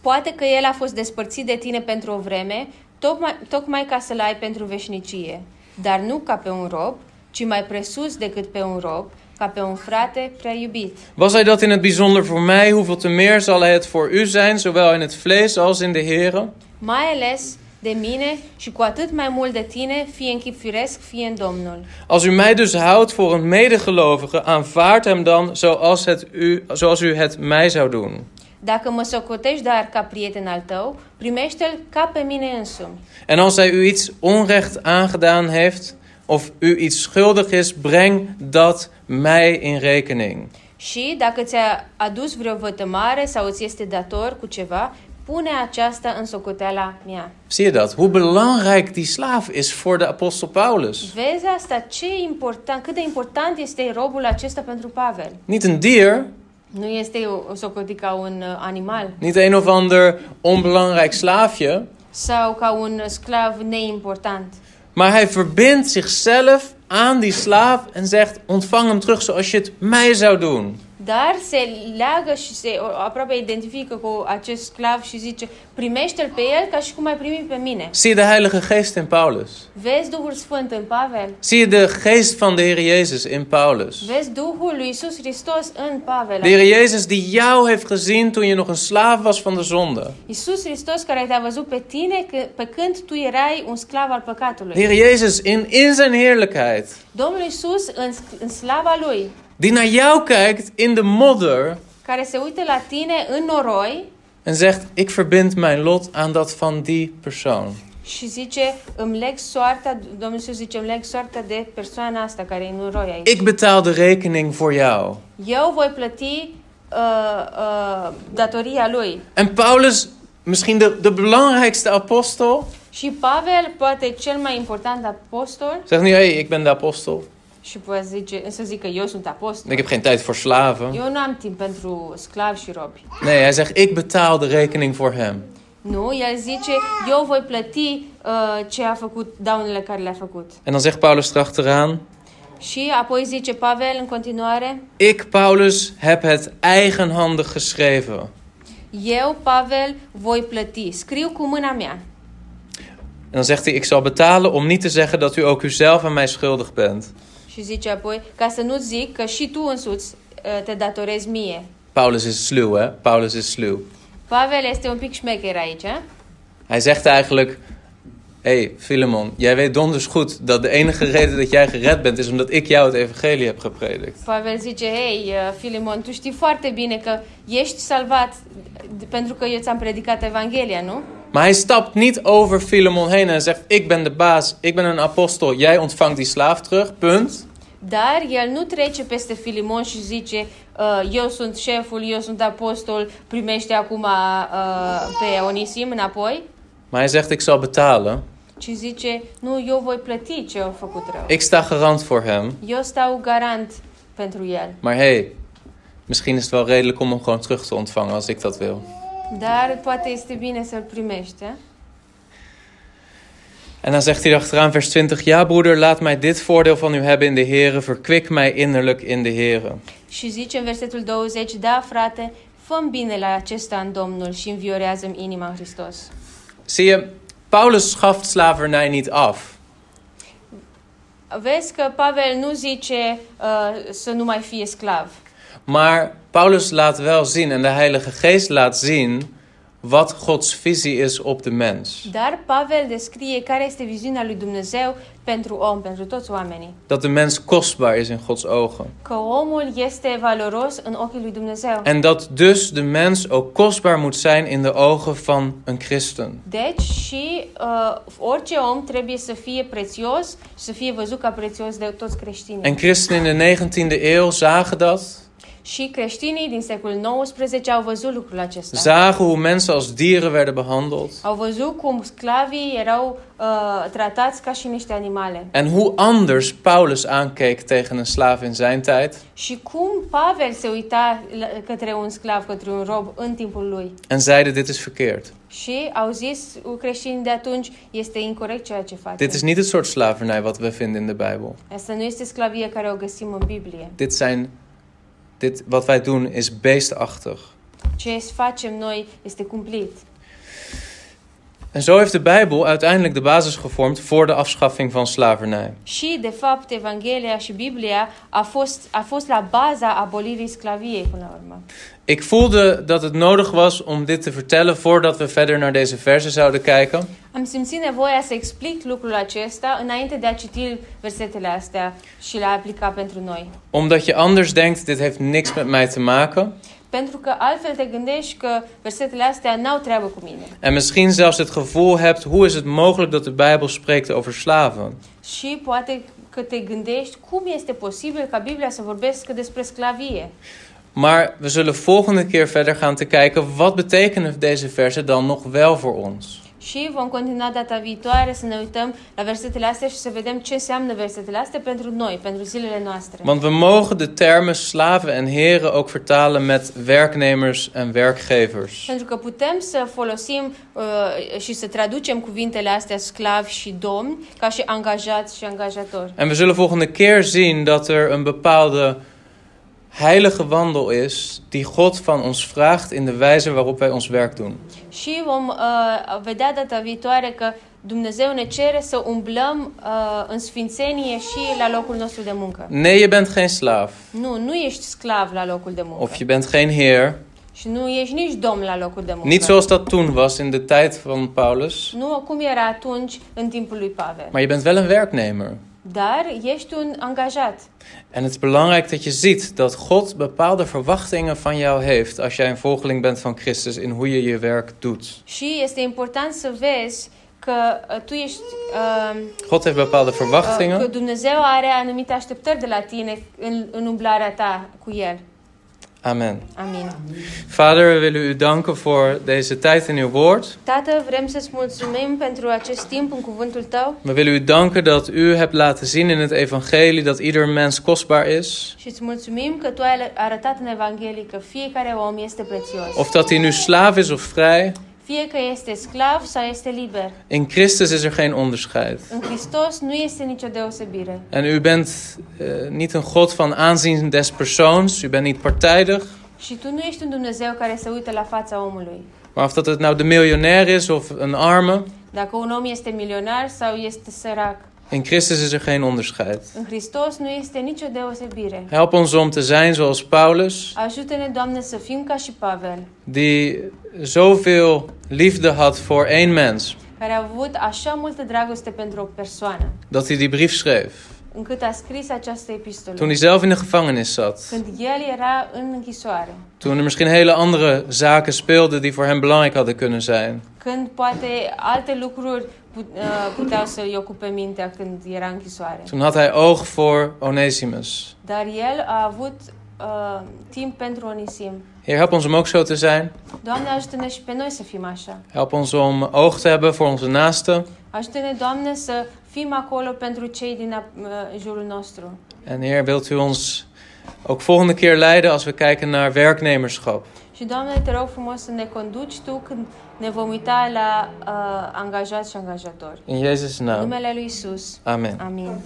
[SPEAKER 2] Poate că el a fost despărțit de tine pentru o vreme, tocmai, tocmai ca să-l ai pentru veșnicie, dar nu ca pe un rob, ci mai presus decât pe un rob, ca pe un frate prea iubit.
[SPEAKER 1] Was hij dat in het bijzonder voor mij, hoeveel te meer zal hij het voor u zijn, zowel in het vlees als in de Here?
[SPEAKER 2] Mai ales de mine și cu atât mai mult de tine, fie în chip firesc, fie în Domnul.
[SPEAKER 1] Als u mij dus houdt voor een medegelovige, aanvaard hem dan zoals, het u, zoals u het mij zou doen.
[SPEAKER 2] Dacă mă socotești dar ca prieten al tău, primește-l ca pe mine însumi.
[SPEAKER 1] En als hij u iets onrecht aangedaan heeft, of u iets schuldig is, breng dat mij in rekening.
[SPEAKER 2] Și dacă ți-a adus vreo vătămare sau îți este dator cu ceva, pune aceasta în socoteala mea.
[SPEAKER 1] Zie je dat? Hoe belangrijk die slaaf is voor de apostel Paulus.
[SPEAKER 2] Vezi asta ce important, cât de important este robul acesta pentru Pavel.
[SPEAKER 1] Niet een dier,
[SPEAKER 2] Nu este o o socotit ca un uh, animal
[SPEAKER 1] niet een of ander onbelangrijk slaafje,
[SPEAKER 2] sau ca un uh, sclav neimportant,
[SPEAKER 1] maar hij verbindt zichzelf aan die slaaf en zegt: ontvang hem terug zoals je het mij zou doen.
[SPEAKER 2] dar se leagă și se o- aproape identifică cu acest sclav și zice primește-l pe el ca și cum ai primit pe mine.
[SPEAKER 1] Zie je de Heilige Geest in Paulus?
[SPEAKER 2] Vezi Duhul Sfânt în Pavel?
[SPEAKER 1] Zie je de geest van de Heer Jezus in Paulus?
[SPEAKER 2] Vezi Duhul lui Isus Hristos în Pavel?
[SPEAKER 1] De Heer Jezus die jou heeft gezien toen je nog een slaaf was van de zonde.
[SPEAKER 2] Isus Hristos care te-a văzut pe tine că- pe când tu erai un sclav al
[SPEAKER 1] De
[SPEAKER 2] păcatului.
[SPEAKER 1] Heer Jezus in, in zijn heerlijkheid.
[SPEAKER 2] Domnul Isus în, în slava lui,
[SPEAKER 1] Die naar jou kijkt in de modder
[SPEAKER 2] care se uită la tine în noroi
[SPEAKER 1] en zegt: Ik verbind mijn lot aan dat van die persoon.
[SPEAKER 2] și zice, îmi leg soarta, Domnul Iisus zice, îmi leg soarta de persoana asta care e în noroi aici.
[SPEAKER 1] Ik betaal de rekening voor jou.
[SPEAKER 2] Eu voi plăti uh, uh, datoria lui.
[SPEAKER 1] En Paulus, misschien de, de belangrijkste apostel,
[SPEAKER 2] Și Pavel, poate cel mai important apostol,
[SPEAKER 1] zegt nu: Hé, hey, ik ben de apostel.
[SPEAKER 2] și poate zice, să zică, eu sunt apostol.
[SPEAKER 1] Ik heb geen tijd voor slaven.
[SPEAKER 2] Eu nu am timp pentru sclavi și robi.
[SPEAKER 1] Nee, hij zegt: Ik betaal de rekening voor hem.
[SPEAKER 2] Nu, el zice, eu voi plăti uh, ce a făcut, daunele care le-a făcut.
[SPEAKER 1] En dan zegt Paulus erachteraan:
[SPEAKER 2] Și apoi zice Pavel în continuare,
[SPEAKER 1] Ik, Paulus, heb het eigenhandig geschreven.
[SPEAKER 2] eu, Pavel, voi plăti, scriu cu mâna mea.
[SPEAKER 1] En dan zegt hij: Ik zal betalen om niet te zeggen dat u ook uzelf aan mij schuldig bent.
[SPEAKER 2] Și zice apoi, ca să nu zic că și tu însuți uh, te datorezi mie.
[SPEAKER 1] Paulus is sluw, hè? Paulus is sluw.
[SPEAKER 2] Pavel este un pic șmecher aici, a?
[SPEAKER 1] Hij zegt eigenlijk: Hé, hey, Filemon, jij weet donders goed dat de enige reden dat jij gered bent is omdat ik jou het evangelie heb gepredikt.
[SPEAKER 2] Pavel zice, hei, uh, Filimon, tu știi foarte bine că ești salvat d- pentru că eu ți-am predicat Evanghelia, nu?
[SPEAKER 1] Maar hij stapt niet over Filemon heen en zegt: Ik ben de baas, ik ben een apostel, jij ontvangt die slaaf terug, punt.
[SPEAKER 2] Dar el nu trece peste Filimon și zice, "Uh, eu sunt șeful, eu sunt apostol, primește acum uh, pe Onisim înapoi,
[SPEAKER 1] Maar hij zegt: Ik zal betalen,
[SPEAKER 2] ci zice, nu, eu voi plăti ce au făcut rău.
[SPEAKER 1] ik sta garant voor hem.
[SPEAKER 2] Eu stau garant pentru el.
[SPEAKER 1] Maar hé, hey, misschien is het wel redelijk om hem gewoon terug te ontvangen als ik dat wil.
[SPEAKER 2] Dar poate este bine să-l primești. a?
[SPEAKER 1] En dan zegt hij achteraan, vers 20: Ja, broeder, laat mij dit voordeel van u hebben in de Here, verkwik mij innerlijk in de Here.
[SPEAKER 2] Și zice în versetul 20, da, frate, fă bine la acesta în Domnul și înviorează inima în Hristos.
[SPEAKER 1] Zie je, Paulus schaft slavernij niet af.
[SPEAKER 2] Vezi că Pavel nu zice uh, să nu mai fie sclav,
[SPEAKER 1] Maar Paulus laat wel zien en de Heilige Geest laat zien wat Gods visie is op de mens.
[SPEAKER 2] Dar Pavel descrie care este viziunea lui Dumnezeu pentru om, pentru toți oamenii.
[SPEAKER 1] Dat de mens kostbaar is in Gods ogen.
[SPEAKER 2] Că omul este valoros în ochii lui Dumnezeu.
[SPEAKER 1] En dat dus de mens ook kostbaar moet zijn in de ogen van een christen.
[SPEAKER 2] Deci și uh, orice om trebuie să fie prețios, să fie văzut ca prețios de toți creștinii.
[SPEAKER 1] En christenen in de 19e eeuw zagen dat.
[SPEAKER 2] Și creștinii din secolul XIX au văzut lucrul acesta.
[SPEAKER 1] zagen hoe mensen als dieren werden behandeld
[SPEAKER 2] Au văzut cum sclavii erau uh, tratați ca și niște animale.
[SPEAKER 1] en hoe anders Paulus aankeek tegen een slaaf in zijn tijd
[SPEAKER 2] Și cum Pavel se uita la- către un sclav, către un rob în timpul lui.
[SPEAKER 1] en zeide dit is verkeerd.
[SPEAKER 2] Și au zis uh, creștinii de atunci, este incorrect ceea ce
[SPEAKER 1] Dit is
[SPEAKER 2] faceți.
[SPEAKER 1] niet het soort slavernij wat we vinden in de Bijbel.
[SPEAKER 2] Asta nu este sclavie care o găsim în Biblie.
[SPEAKER 1] Dit zijn, dit, wat wij doen is beestachtig.
[SPEAKER 2] Ce facem noi este cumplit.
[SPEAKER 1] En zo heeft de Bijbel uiteindelijk de basis gevormd voor de afschaffing van slavernij.
[SPEAKER 2] Și, de fapt, Evanghelia și Biblia a fost, a fost la baza abolirii sclaviei, până la urmă.
[SPEAKER 1] Ik voelde dat het nodig was om dit te vertellen voordat we verder naar deze versen zouden kijken.
[SPEAKER 2] Am simțit nevoia să explic lucrul acesta înainte de a citi versetele astea și le a aplica pentru noi.
[SPEAKER 1] Omdat je anders denkt, dit heeft niks met mij te maken.
[SPEAKER 2] Pentru că altfel te gândești că versetele astea n-au treabă cu mine.
[SPEAKER 1] En misschien zelfs het gevoel hebt, hoe is het mogelijk dat de Bijbel spreekt over slaven?
[SPEAKER 2] Și poate că te gândești cum este posibil ca Biblia să vorbească despre sclavie.
[SPEAKER 1] Maar we zullen volgende keer verder gaan te kijken, wat betekenen deze versen dan nog wel voor ons?
[SPEAKER 2] Și vom continua data viitoare să ne uităm la versetele astea și să vedem ce înseamnă versetele astea pentru noi, pentru zilele noastre.
[SPEAKER 1] Want we mogen de termen slaven en heren ook vertalen met werknemers en werkgevers.
[SPEAKER 2] Pentru că putem să folosim uh, și să traducem cuvintele astea sclavi și domni ca și angajați și angajatori.
[SPEAKER 1] En we zullen volgende keer zien dat er een bepaalde heilige wandel is die God van ons vraagt in de wijze waarop wij ons werk doen.
[SPEAKER 2] Și vom uh, vedea data viitoare că Dumnezeu ne cere să umblăm uh, în sfințenie și la locul nostru de muncă.
[SPEAKER 1] Nee, je bent geen slaaf
[SPEAKER 2] Nu, nu ești sclav la locul de muncă.
[SPEAKER 1] of je bent geen heer.
[SPEAKER 2] Și nu ești nici domn la locul de muncă.
[SPEAKER 1] Niet zoals dat toen was in de tijd van Paulus,
[SPEAKER 2] Nu cum era atunci în timpul lui Pavel.
[SPEAKER 1] maar je bent wel een werknemer.
[SPEAKER 2] Dar ești un angajat.
[SPEAKER 1] En het is belangrijk dat je ziet dat God bepaalde verwachtingen van jou heeft als jij een volgeling bent van Christus in hoe je je werk doet.
[SPEAKER 2] Și este important să vezi că uh, tu ești... Uh,
[SPEAKER 1] God heeft bepaalde
[SPEAKER 2] Ah, că Oh,
[SPEAKER 1] verwachtingen
[SPEAKER 2] Dumnezeu are anumite așteptări de la tine în, în umblarea ta cu El.
[SPEAKER 1] Amen.
[SPEAKER 2] Amin.
[SPEAKER 1] Vader, we willen u danken voor deze tijd in uw woord.
[SPEAKER 2] Tată, vrem să-ți mulțumim pentru acest timp în cuvântul tău
[SPEAKER 1] We willen u danken dat u hebt laten zien in het evangelie dat ieder mens kostbaar is.
[SPEAKER 2] și îți mulțumim că tu ai arătat în Evanghelie că fiecare om este prețios.
[SPEAKER 1] Of dat hij nu slaaf is of vrij,
[SPEAKER 2] Fie că este sclav sau este liber.
[SPEAKER 1] in Christus is er geen onderscheid.
[SPEAKER 2] În Hristos nu este nicio deosebire.
[SPEAKER 1] En u bent eh, niet een God van aanzien des persoons, u bent niet partijdig.
[SPEAKER 2] Și tu nu ești un Dumnezeu care se uită la fața omului.
[SPEAKER 1] Maar of dat het nou de miljonair is of een arme,
[SPEAKER 2] Dacă un om este milionar sau este sărac,
[SPEAKER 1] in Christus is er geen onderscheid.
[SPEAKER 2] în Hristos nu este nicio deosebire.
[SPEAKER 1] Help ons om te zijn zoals Paulus,
[SPEAKER 2] Ajută-ne, Doamne, să fim ca și Pavel.
[SPEAKER 1] die zoveel liefde had voor één mens,
[SPEAKER 2] care a avut așa multă dragoste pentru o persoană,
[SPEAKER 1] dat hij die brief schreef.
[SPEAKER 2] încât a scris această
[SPEAKER 1] Toen
[SPEAKER 2] epistolă.
[SPEAKER 1] hij zelf in de gevangenis zat.
[SPEAKER 2] Când el era în închisoare,
[SPEAKER 1] Toen er misschien hele andere zaken speelden die voor hem belangrijk hadden kunnen zijn.
[SPEAKER 2] când poate alte lucruri pu- uh, puteau să-i ocupe mintea când era în închisoare.
[SPEAKER 1] Toen had hij oog voor Onesimus.
[SPEAKER 2] Dar el a avut uh, timp pentru Onisim.
[SPEAKER 1] Heer, help ons om ook zo te zijn.
[SPEAKER 2] Doamne, ajută-ne și pe noi să fim așa.
[SPEAKER 1] Help ons om oog te hebben voor onze naasten.
[SPEAKER 2] Ajută-ne, Doamne, să fim acolo pentru cei din ap- uh, jurul nostru.
[SPEAKER 1] En Heer, wilt u ons ook volgende keer leiden als we kijken naar werknemerschap.
[SPEAKER 2] Și, Doamne, te rog frumos să ne conduci Tu când ne vom uita la uh, angajați și angajatori.
[SPEAKER 1] In Jezus'
[SPEAKER 2] În
[SPEAKER 1] naam.
[SPEAKER 2] numele lui Isus.
[SPEAKER 1] Amen.
[SPEAKER 2] Amin.